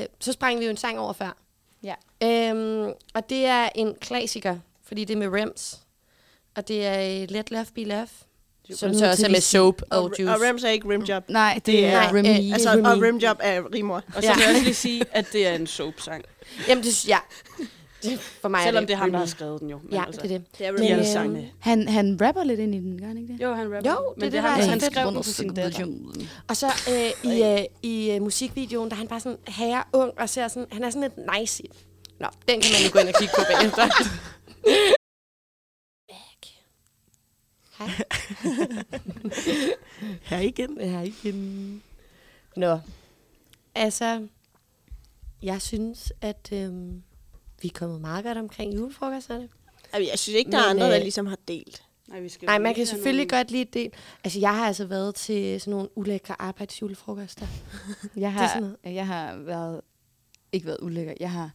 øh, så sprang vi jo en sang over før. Ja. Øhm, og det er en klassiker, fordi det er med Rems. Og det er øh, Let Love Be Love, som så også er med Soap og, og Juice. Og Rams er ikke rimjob. Nej, det er Nej, øh, Remy. Altså, og rimjob er rimor. Og så Ja. vil jeg også lige sige, at det er en soapsang. Jamen, det synes jeg. Det- For mig Selvom er det er ham, der har Remy. skrevet den jo. Men Ja, altså. det er det. Det er Men, rimjob øhm, sangene. Han, han rapper lidt ind i den, gør han ikke det? Jo, han rapper. Jo, men det det, det ham, er det, der er han sådan skrev den på sin datter. Og så øh, i, øh, i øh, musikvideoen, der er han bare sådan herre ung og ser sådan, han er sådan lidt nice. Nå, den kan man jo gå ind og kigge på bagefter. Back. Hej. Her igen. Her igen. Nå. Altså, jeg synes, at øh, vi er kommet meget godt omkring julefrokosterne. Altså, jeg synes ikke, der er Men, andre, der øh, ligesom har delt. Nej, vi skal Nej, jo man lige kan have selvfølgelig nogle- godt lide det. Altså, jeg har altså været til sådan nogle ulækre arbejdsjulefrokoster. Jeg Det er sådan har, jeg har været, ikke været ulækker. Jeg har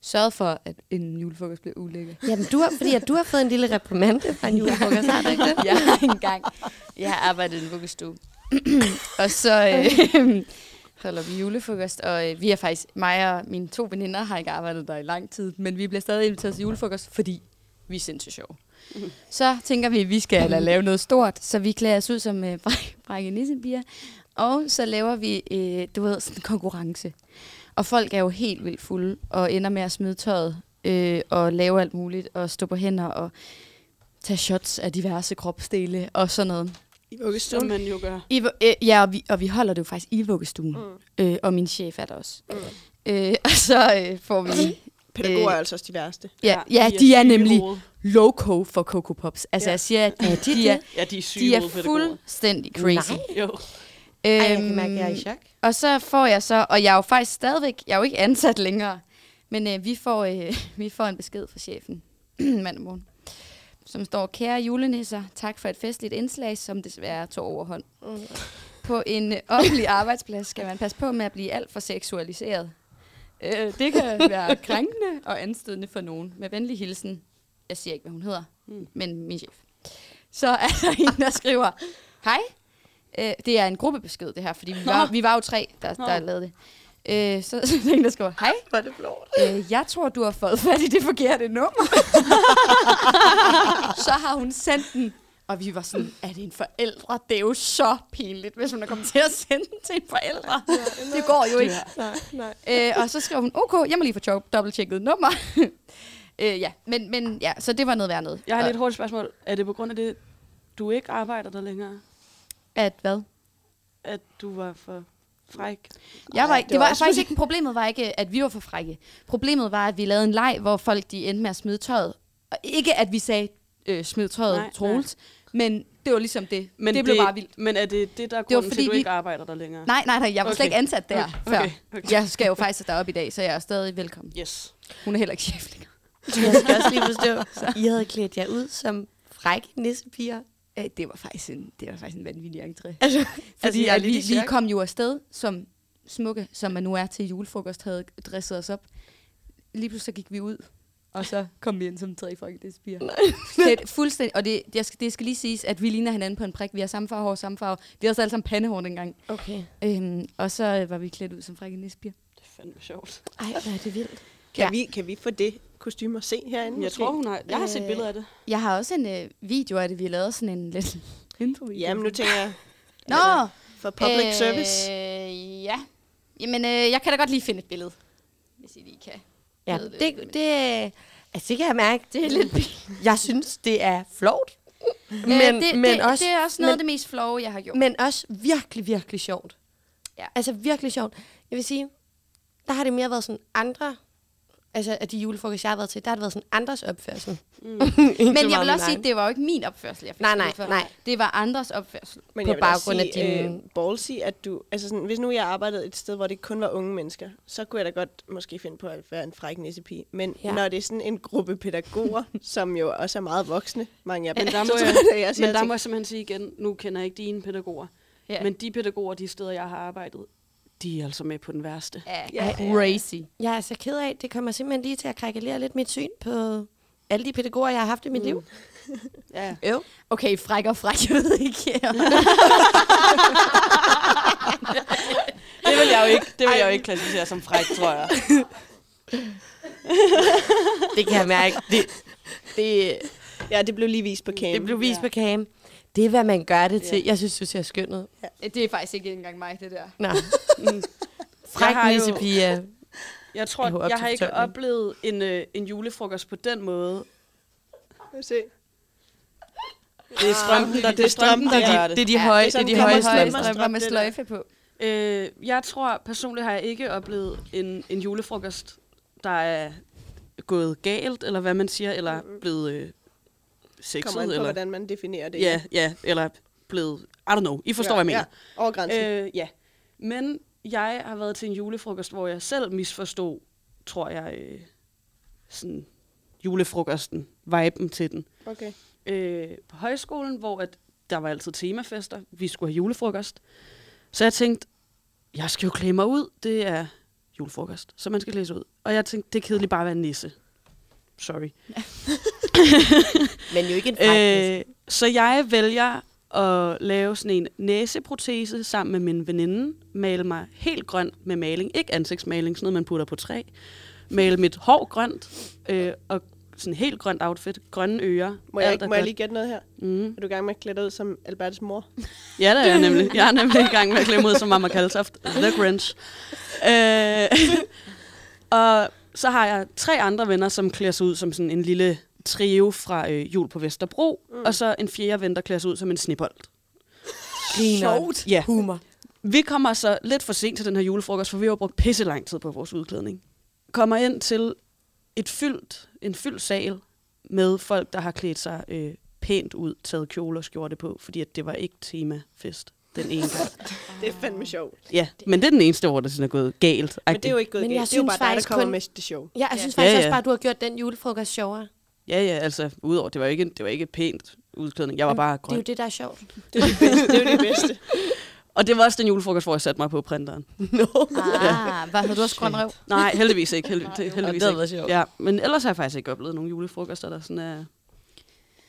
sørget for, at en julefrokost bliver ulækker. Jamen, du har, fordi at du har fået en lille reprimande fra en julefrokost, har du ikke det? jeg har engang, jeg har arbejdet i en vuggestue. og så øh, holder vi julefrokost, og øh, vi er faktisk, mig og mine to veninder har ikke arbejdet der i lang tid, men vi bliver stadig inviteret til julefrokost, fordi vi er sindssygt sjove. Så tænker vi, at vi skal la- lave noget stort, så vi klæder os ud som øh, bræk- brække nissebier, og så laver vi, øh, du ved, sådan en konkurrence. Og folk er jo helt vildt fulde, og ender med at smide tøjet, øh, og lave alt muligt, og stå på hænder, og tage shots af diverse kropsdele, og sådan noget. I Som man jo gør. I, vu- øh, ja, og vi, og vi holder det jo faktisk i vuggestuen. Mm. Øh, og min chef er der også. Mm. Øh, og så øh, får vi... Pædagoger Øh, er altså også de værste. Ja, ja de syge er i nemlig hovedet. loco for Coco Pops. Altså, Ja. ja. jeg siger, at de, de, er, Ja, de er syge de er hovedpædagoger. fuldstændig crazy. Jo. Øhm, Ej, jeg kan mærke, at jeg er i chok. Og så får jeg så... Og jeg er jo faktisk stadigvæk... Jeg er jo ikke ansat længere. Men øh, vi, får, øh, vi får en besked fra chefen mandag morgen. Som står, kære julenisser, tak for et festligt indslag, som desværre tog overhånd. På en øh, offentlig arbejdsplads skal man passe på med at blive alt for seksualiseret. Øh, det kan være krænkende og anstødende for nogen. Med venlig hilsen. Jeg siger ikke, hvad hun hedder, mm. men min chef. Så er der en, der skriver, hej. Øh, det er en gruppebesked, det her, fordi vi var, vi var jo tre, der, der lavede det. Øh, så, så er der en, der skriver, hej. Var det blot? Øh, jeg tror, du har fået fat i det forkerte nummer. så har hun sendt den. Og vi var sådan, er det en forældre? Det er jo så pinligt, hvis hun er kommet til at sende den til en forældre. Det går jo ikke. Nej, nej. Øh, og så skrev hun, okay, jeg må lige få tjov- dobbelttjekket nummer. øh, ja, men, men ja, så det var noget værd noget. Jeg har Og- lidt hurtigt spørgsmål. Er det på grund af det, du ikke arbejder der længere, At hvad? at du var for fræk? Jeg var, Ej, ikke, det det var var også faktisk fordi- ikke, problemet var ikke, at vi var for frække. Problemet var, at vi lavede en leg, hvor folk de endte med at smide tøjet. Og ikke, at vi sagde, øh, smid Nej, tøjet, Troels. Men det var ligesom det. Men det blev bare vildt. Men er det det, der er Det var grunden til, fordi at du vi- ikke arbejder der længere? Nej, nej, nej, jeg var okay. slet Okay. ikke ansat der okay. før. okay, okay. Jeg skal jo faktisk deroppe i dag, så jeg er stadig velkommen. Yes. Hun er heller ikke chef længere. Jeg skal også lige forstå, I havde klædt jer ud som frække nissepiger. Øh, Det var faktisk en, det var faktisk en vanvittig entré. Altså, Fordi jeg er altså, lidt i vi, vi chok. kom jo afsted, som smukke, som man nu er til julefrokost, havde dresset os op. Lige pludselig så gik vi ud, og så kom vi ind som tre folketidsbier. Slet, fuldstændig. Og det, jeg skal, det skal lige siges, at vi ligner hinanden på en prik. Vi har samme farve, hår, samme farve. Vi havde også alle sammen pandehår dengang. Okay. Øhm, og så øh, var vi klædt ud som frække nisbier. Det er fandme sjovt. Ej, hvor er det vildt. Kan, Ja. vi, kan vi få det kostume at se herinde? Jeg måske? tror, hun har... Jeg har set Øh, billeder af det. Jeg har også en øh, video af det. Vi lavede sådan en lidt intro Jamen, nu tænker jeg Nå! for public øh, service. Øh, ja. Jamen, øh, jeg kan da godt lige finde et billede. Hvis I lige kan. Øh, Ja, ved det ikke, det, det, altså, det kan jeg mærke. Det er lidt Jeg synes, det er flot. Men, Men, øh, det, men, det, også, det er også noget men, men, af det mest flove, jeg har gjort. men også virkelig, virkelig sjovt. Ja. Altså virkelig sjovt. Jeg vil sige, der har det mere været sådan andre, altså af de julefrokost, jeg har været til, der har det været sådan andres opførsel. Mm. Men jeg vil også sige, at det var jo ikke min opførsel, jeg fik Nej, nej, skyld for. nej. Det var andres opførsel. Men på jeg vil også baggrund af sige, din- Øh, ballsy, at du... Altså sådan, hvis nu jeg arbejdede et sted, hvor det kun var unge mennesker, så kunne jeg da godt måske finde på at være en fræk nissepige. Men Ja. ja. når det er sådan en gruppe pædagoger, som jo også er meget voksne, mange af dem, Men der så må jeg, tror jeg, at jeg men siger der til- må jeg simpelthen sige igen, nu kender jeg ikke dine pædagoger. Ja. Men de pædagoger, de steder, jeg har arbejdet, de er altså med på den værste. Ja. Ja, crazy. Jeg er så ked af, det kommer simpelthen lige til at krakkelere lidt mit syn på alle de pædagoger, jeg har haft i mit mm. liv. Ja. Øh. Øv. Okay, fræk og fræk, jeg ved ikke. Det vil jeg jo ikke, det vil jeg jo ikke klassificere som fræk, tror jeg. Det kan jeg mærke. Det, det, Ja, det blev lige vist på kagen. det blev vist ja. på kagen. Det er, hvad man gør det til. Jeg synes, du ser skøn ud. det er faktisk ikke engang mig, det der. Nå. Mm. Fræk har jo- nissepige. Jeg tror, Jeg håber jeg, jeg til har ikke fortolkning. oplevet en, øh, en julefrokost på den måde. se. Det er strømpen, der, Ah. det er strømpen, der gør det. Det er de høje, det er sådan, de det kommer høje høje strømper. strømper. strømper med sløjfe på. Øh, jeg tror personligt har jeg ikke oplevet en, en julefrokost, der er gået galt, eller hvad man siger, eller blevet øh, Det kommer sexet, an på, eller, hvordan man definerer det. ja, ja, eller blevet, I don't know, I forstår, hvad jeg mener. Ja. Over grænsen. Øh, Øh, ja. Men jeg har været til en julefrokost, hvor jeg selv misforstod, tror jeg, øh, sådan julefrokosten, viben til den. okay. Øh, på højskolen, hvor at der var altid temafester, vi skulle have julefrokost. Så jeg tænkte, jeg skal jo klæde mig ud, det er julefrokost, så man skal klæde sig ud. Og jeg tænkte, det er kedeligt bare at være en nisse. Sorry. Men jo ikke en fræk nisse. Øh, så jeg vælger at lave sådan en næseprotese sammen med min veninde, male mig helt grøn med maling, ikke ansigtsmaling, sådan noget, man putter på træ, male mit hår grønt, øh, og sådan helt grønt outfit, grønne ører. Må jeg, alt er ikke, må jeg godt. lige gætte noget her? Mm. Er du i gang med at klæde dig ud som Albertes mor? Ja, det er jeg nemlig. Jeg er nemlig i gang med at klemme ud som Mama Kaltoft. The Grinch. Øh, og så har jeg tre andre venner, som klæder sig ud som sådan en lille trio fra øh, Jul på Vesterbro, mm. og så en fjerde ven, der klæder sig ud som en snibbold. Griner. Ja. Humor. Vi kommer så lidt for sent til den her julefrokost, for vi har jo brugt pisse lang tid på vores udklædning. Kommer ind til et fyldt, en fyldt sal med folk, der har klædt sig øh, pænt ud, taget kjole og skjorte på, fordi at det var ikke temafest den ene gang. Det er fandme sjovt. Ja, men det er den eneste, hvor det sådan er gået galt. Men det er jo ikke gået Men galt. jeg Det er jo bare synes dig, der faktisk kommer kun- med det sjov. Ja, jeg synes Ja, faktisk også ja. bare, at du har gjort den julefrokost sjovere. Ja, ja, altså, udover, det var ikke, det var ikke pænt udklædning. Jeg var bare Det er jo grøn. det, der er sjovt. Det er jo det bedste. Det er jo det bedste. Og det var også den julefrokost, hvor jeg satte mig på printeren. Ah, hvad havde du også grøn røv? Nej, heldigvis ikke. Heldig, det, heldigvis det havde ikke. været sjovt. Ja, men ellers har jeg faktisk ikke oplevet nogen julefrokoster, der sådan er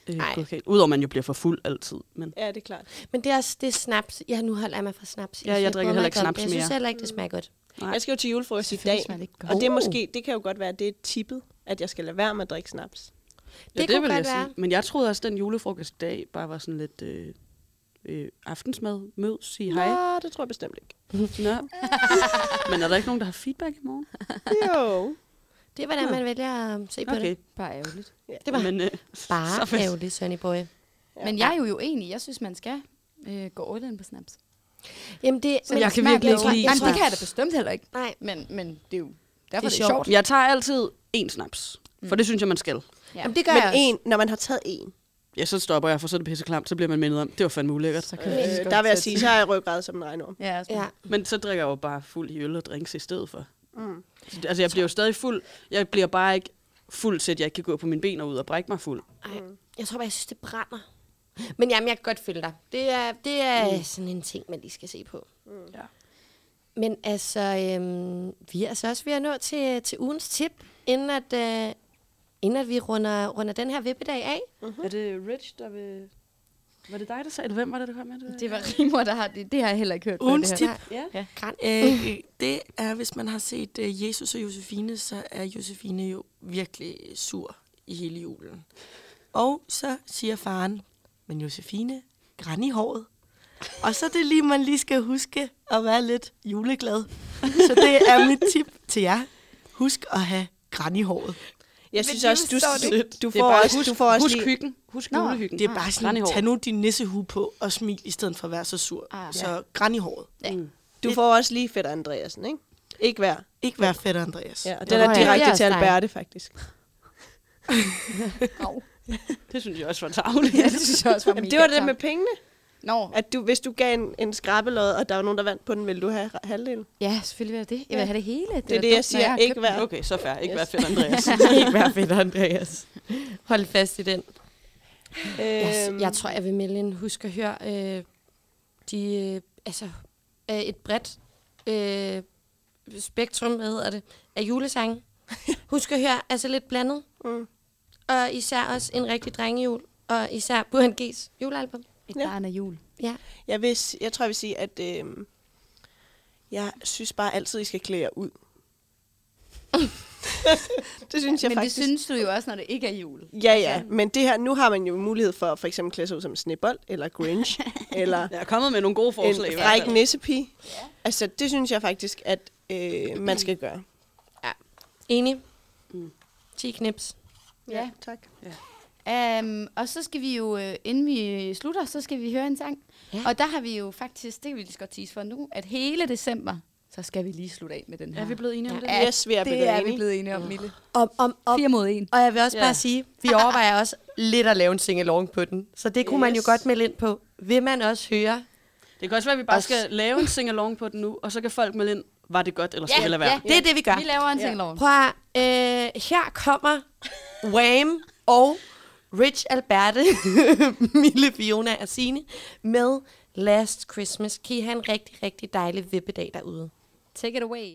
øh, Ej. gået galt. Udover, man jo bliver for fuld altid. Men Ja, det er klart. Men det er også det er snaps. Ja, nu holder jeg mig fra snaps. Ja, jeg synes, drikker heller både mig ikke og snaps Jeg synes mere. Mm. heller ikke, det smager godt. Nej. Jeg skal jo til julefrokost i Selvfølgelig dag. smager det ikke godt. Og det, er måske, det kan jo godt være, at det er tippet, at jeg skal lade være med at drikke snaps. det kunne godt være. Men jeg troede også, at den julefrokost i dag bare var sådan lidt øh, øh, aftensmad, mød, sig hej. Nå, det tror jeg bestemt ikke. Nå. men er der ikke nogen, der har feedback i morgen? Jo. Det er, hvordan man vælger at se på Mm. Okay. det. Bare ærgerligt. Det var men, øh, så bare fest. ærgerligt, Sonny Boy. Men jeg er jo jo enig. Jeg synes, man skal øh, gå all in på snaps. Jamen det... Men jeg det smager virkelig ikke godt. lide Nej, men det snaps. kan jeg da bestemt heller ikke. Nej. Men, men det er jo derfor, Det det er er sjovt. Jeg tager altid en snaps, Mm. for det synes jeg, man skal. Ja. Jamen det gør Men jeg også. en, når man har taget en, Ja, så stopper jeg, for så er det pisseklamt, så bliver man mindet om, det var fandme ulækkert. Så kan jeg øh, der vil jeg sige, så har jeg ryggrad som en regnorm. Ja, altså, Ja. ja. Men så drikker jeg jo bare fuld i øl og drinks i stedet for. Mm. Altså, jeg bliver jo stadig fuld. Jeg bliver bare ikke fuld, så jeg ikke kan gå på mine ben og ud og brække mig fuld. Ej, jeg tror bare, jeg synes, det brænder. Men jamen, jeg kan godt følge dig. Det er, det er mm. sådan en ting, man lige skal se på. Mm. Ja. Men altså, øhm, vi er altså også ved at nå til, til ugens tip, inden at, øh, inden at vi runder, runder den her vippedag af. Mm-hmm. Er det Rich, der vil... Var det dig, der sagde det? Hvem var det, der kom med det? Det var Rimor, der har det. Det har jeg heller ikke hørt før, Ugens det her. tip. Ja. Gran. Øh, det er, hvis man har set øh, Jesus og Josefine, så er Josefine jo virkelig sur i hele julen. Og så siger faren, men Josefine, græn i håret. Og så er det lige, man lige skal huske at være lidt juleglad. Så det er mit tip til jer. Husk at have græn i håret. Jeg synes også, du, du, du Det er får bare, også, husk, du får også husk lige... hyggen. Husk Nå, julehyggen. Det er bare Ah, Græn i sådan, håret. tag nu din nissehue på og smil, i stedet for at være så sur. Ah. Så græn i håret. Du får også lige fedt Andreasen, ikke? Ikke hver. Ikke være fedt, Andreas. Ja, og den er det er direkte også til dig. Alberte, faktisk. Det synes jeg også var tavligt. Ja, det synes jeg også var Jamen, mega det var det klamt. med pengene. Nå, At du, hvis du gav en, en skrabelod, og der var nogen, der vandt på den, ville du have ra- halvdelen. ja, selvfølgelig var det det. Jeg vil have det hele. Det er var det, jeg dumt, når siger. har Ikke købt hver. Okay, så fair. Ikke yes. fedt, Andreas. Ikke være fedt, Andreas. Hold fast i den. Øhm, Øhm. Jeg, jeg tror, jeg vil melde en husk at høre øh, de øh, altså, øh, et bredt øh, spektrum, hvad hedder det, af julesange. Husk at høre, altså lidt blandet. Mm. Og især også en rigtig drengejul. Og især Burhan G's julealbum. Et Ja. barn af jul. Ja. Jeg, vil, s- jeg tror, jeg vil sige, at øh, jeg synes bare altid, I skal klæde jer ud. det synes jeg Men faktisk. det synes Altså- du jo også, når det ikke er jul. Ja, ja, men det her, nu har man jo mulighed for at for eksempel klæde sig ud som snebold, eller Grinch, eller Jeg er kommet med nogle gode en forslag. i hvert fræk fald. nissepige. Ja. Altså, det synes jeg faktisk, at øh, man skal gøre. Enig. Mm. 10 knips. Ja. tak. Um, og så skal vi jo, øh, inden vi slutter, så skal vi høre en sang. Ja. Ja. Og der har vi jo faktisk, det kan vi lige så godt tease for nu, at hele december, så skal vi lige slutte af med den her. Er vi blevet enige om det? Ja, Yes, vi er blevet det er vi enige. blevet enige om, Mille. Om, om, om. Fire mod en. Og jeg vil også Ja. bare sige, vi overvejer også lidt at lave en singalong på den. Så det kunne man jo Yes. godt melde ind på. Vil man også høre? Det kan også være, at vi bare Også- skal lave en sing-along på den nu, og så kan folk melde ind, var det godt, eller skal det lade være? Det er det, vi gør. Vi laver en ting, Loven. Prøv at, øh, her kommer Wham og Rich Alberte, Mille Fiona og Signe, med Last Christmas. Kan I have en rigtig, rigtig dejlig vippedag derude. Take it away.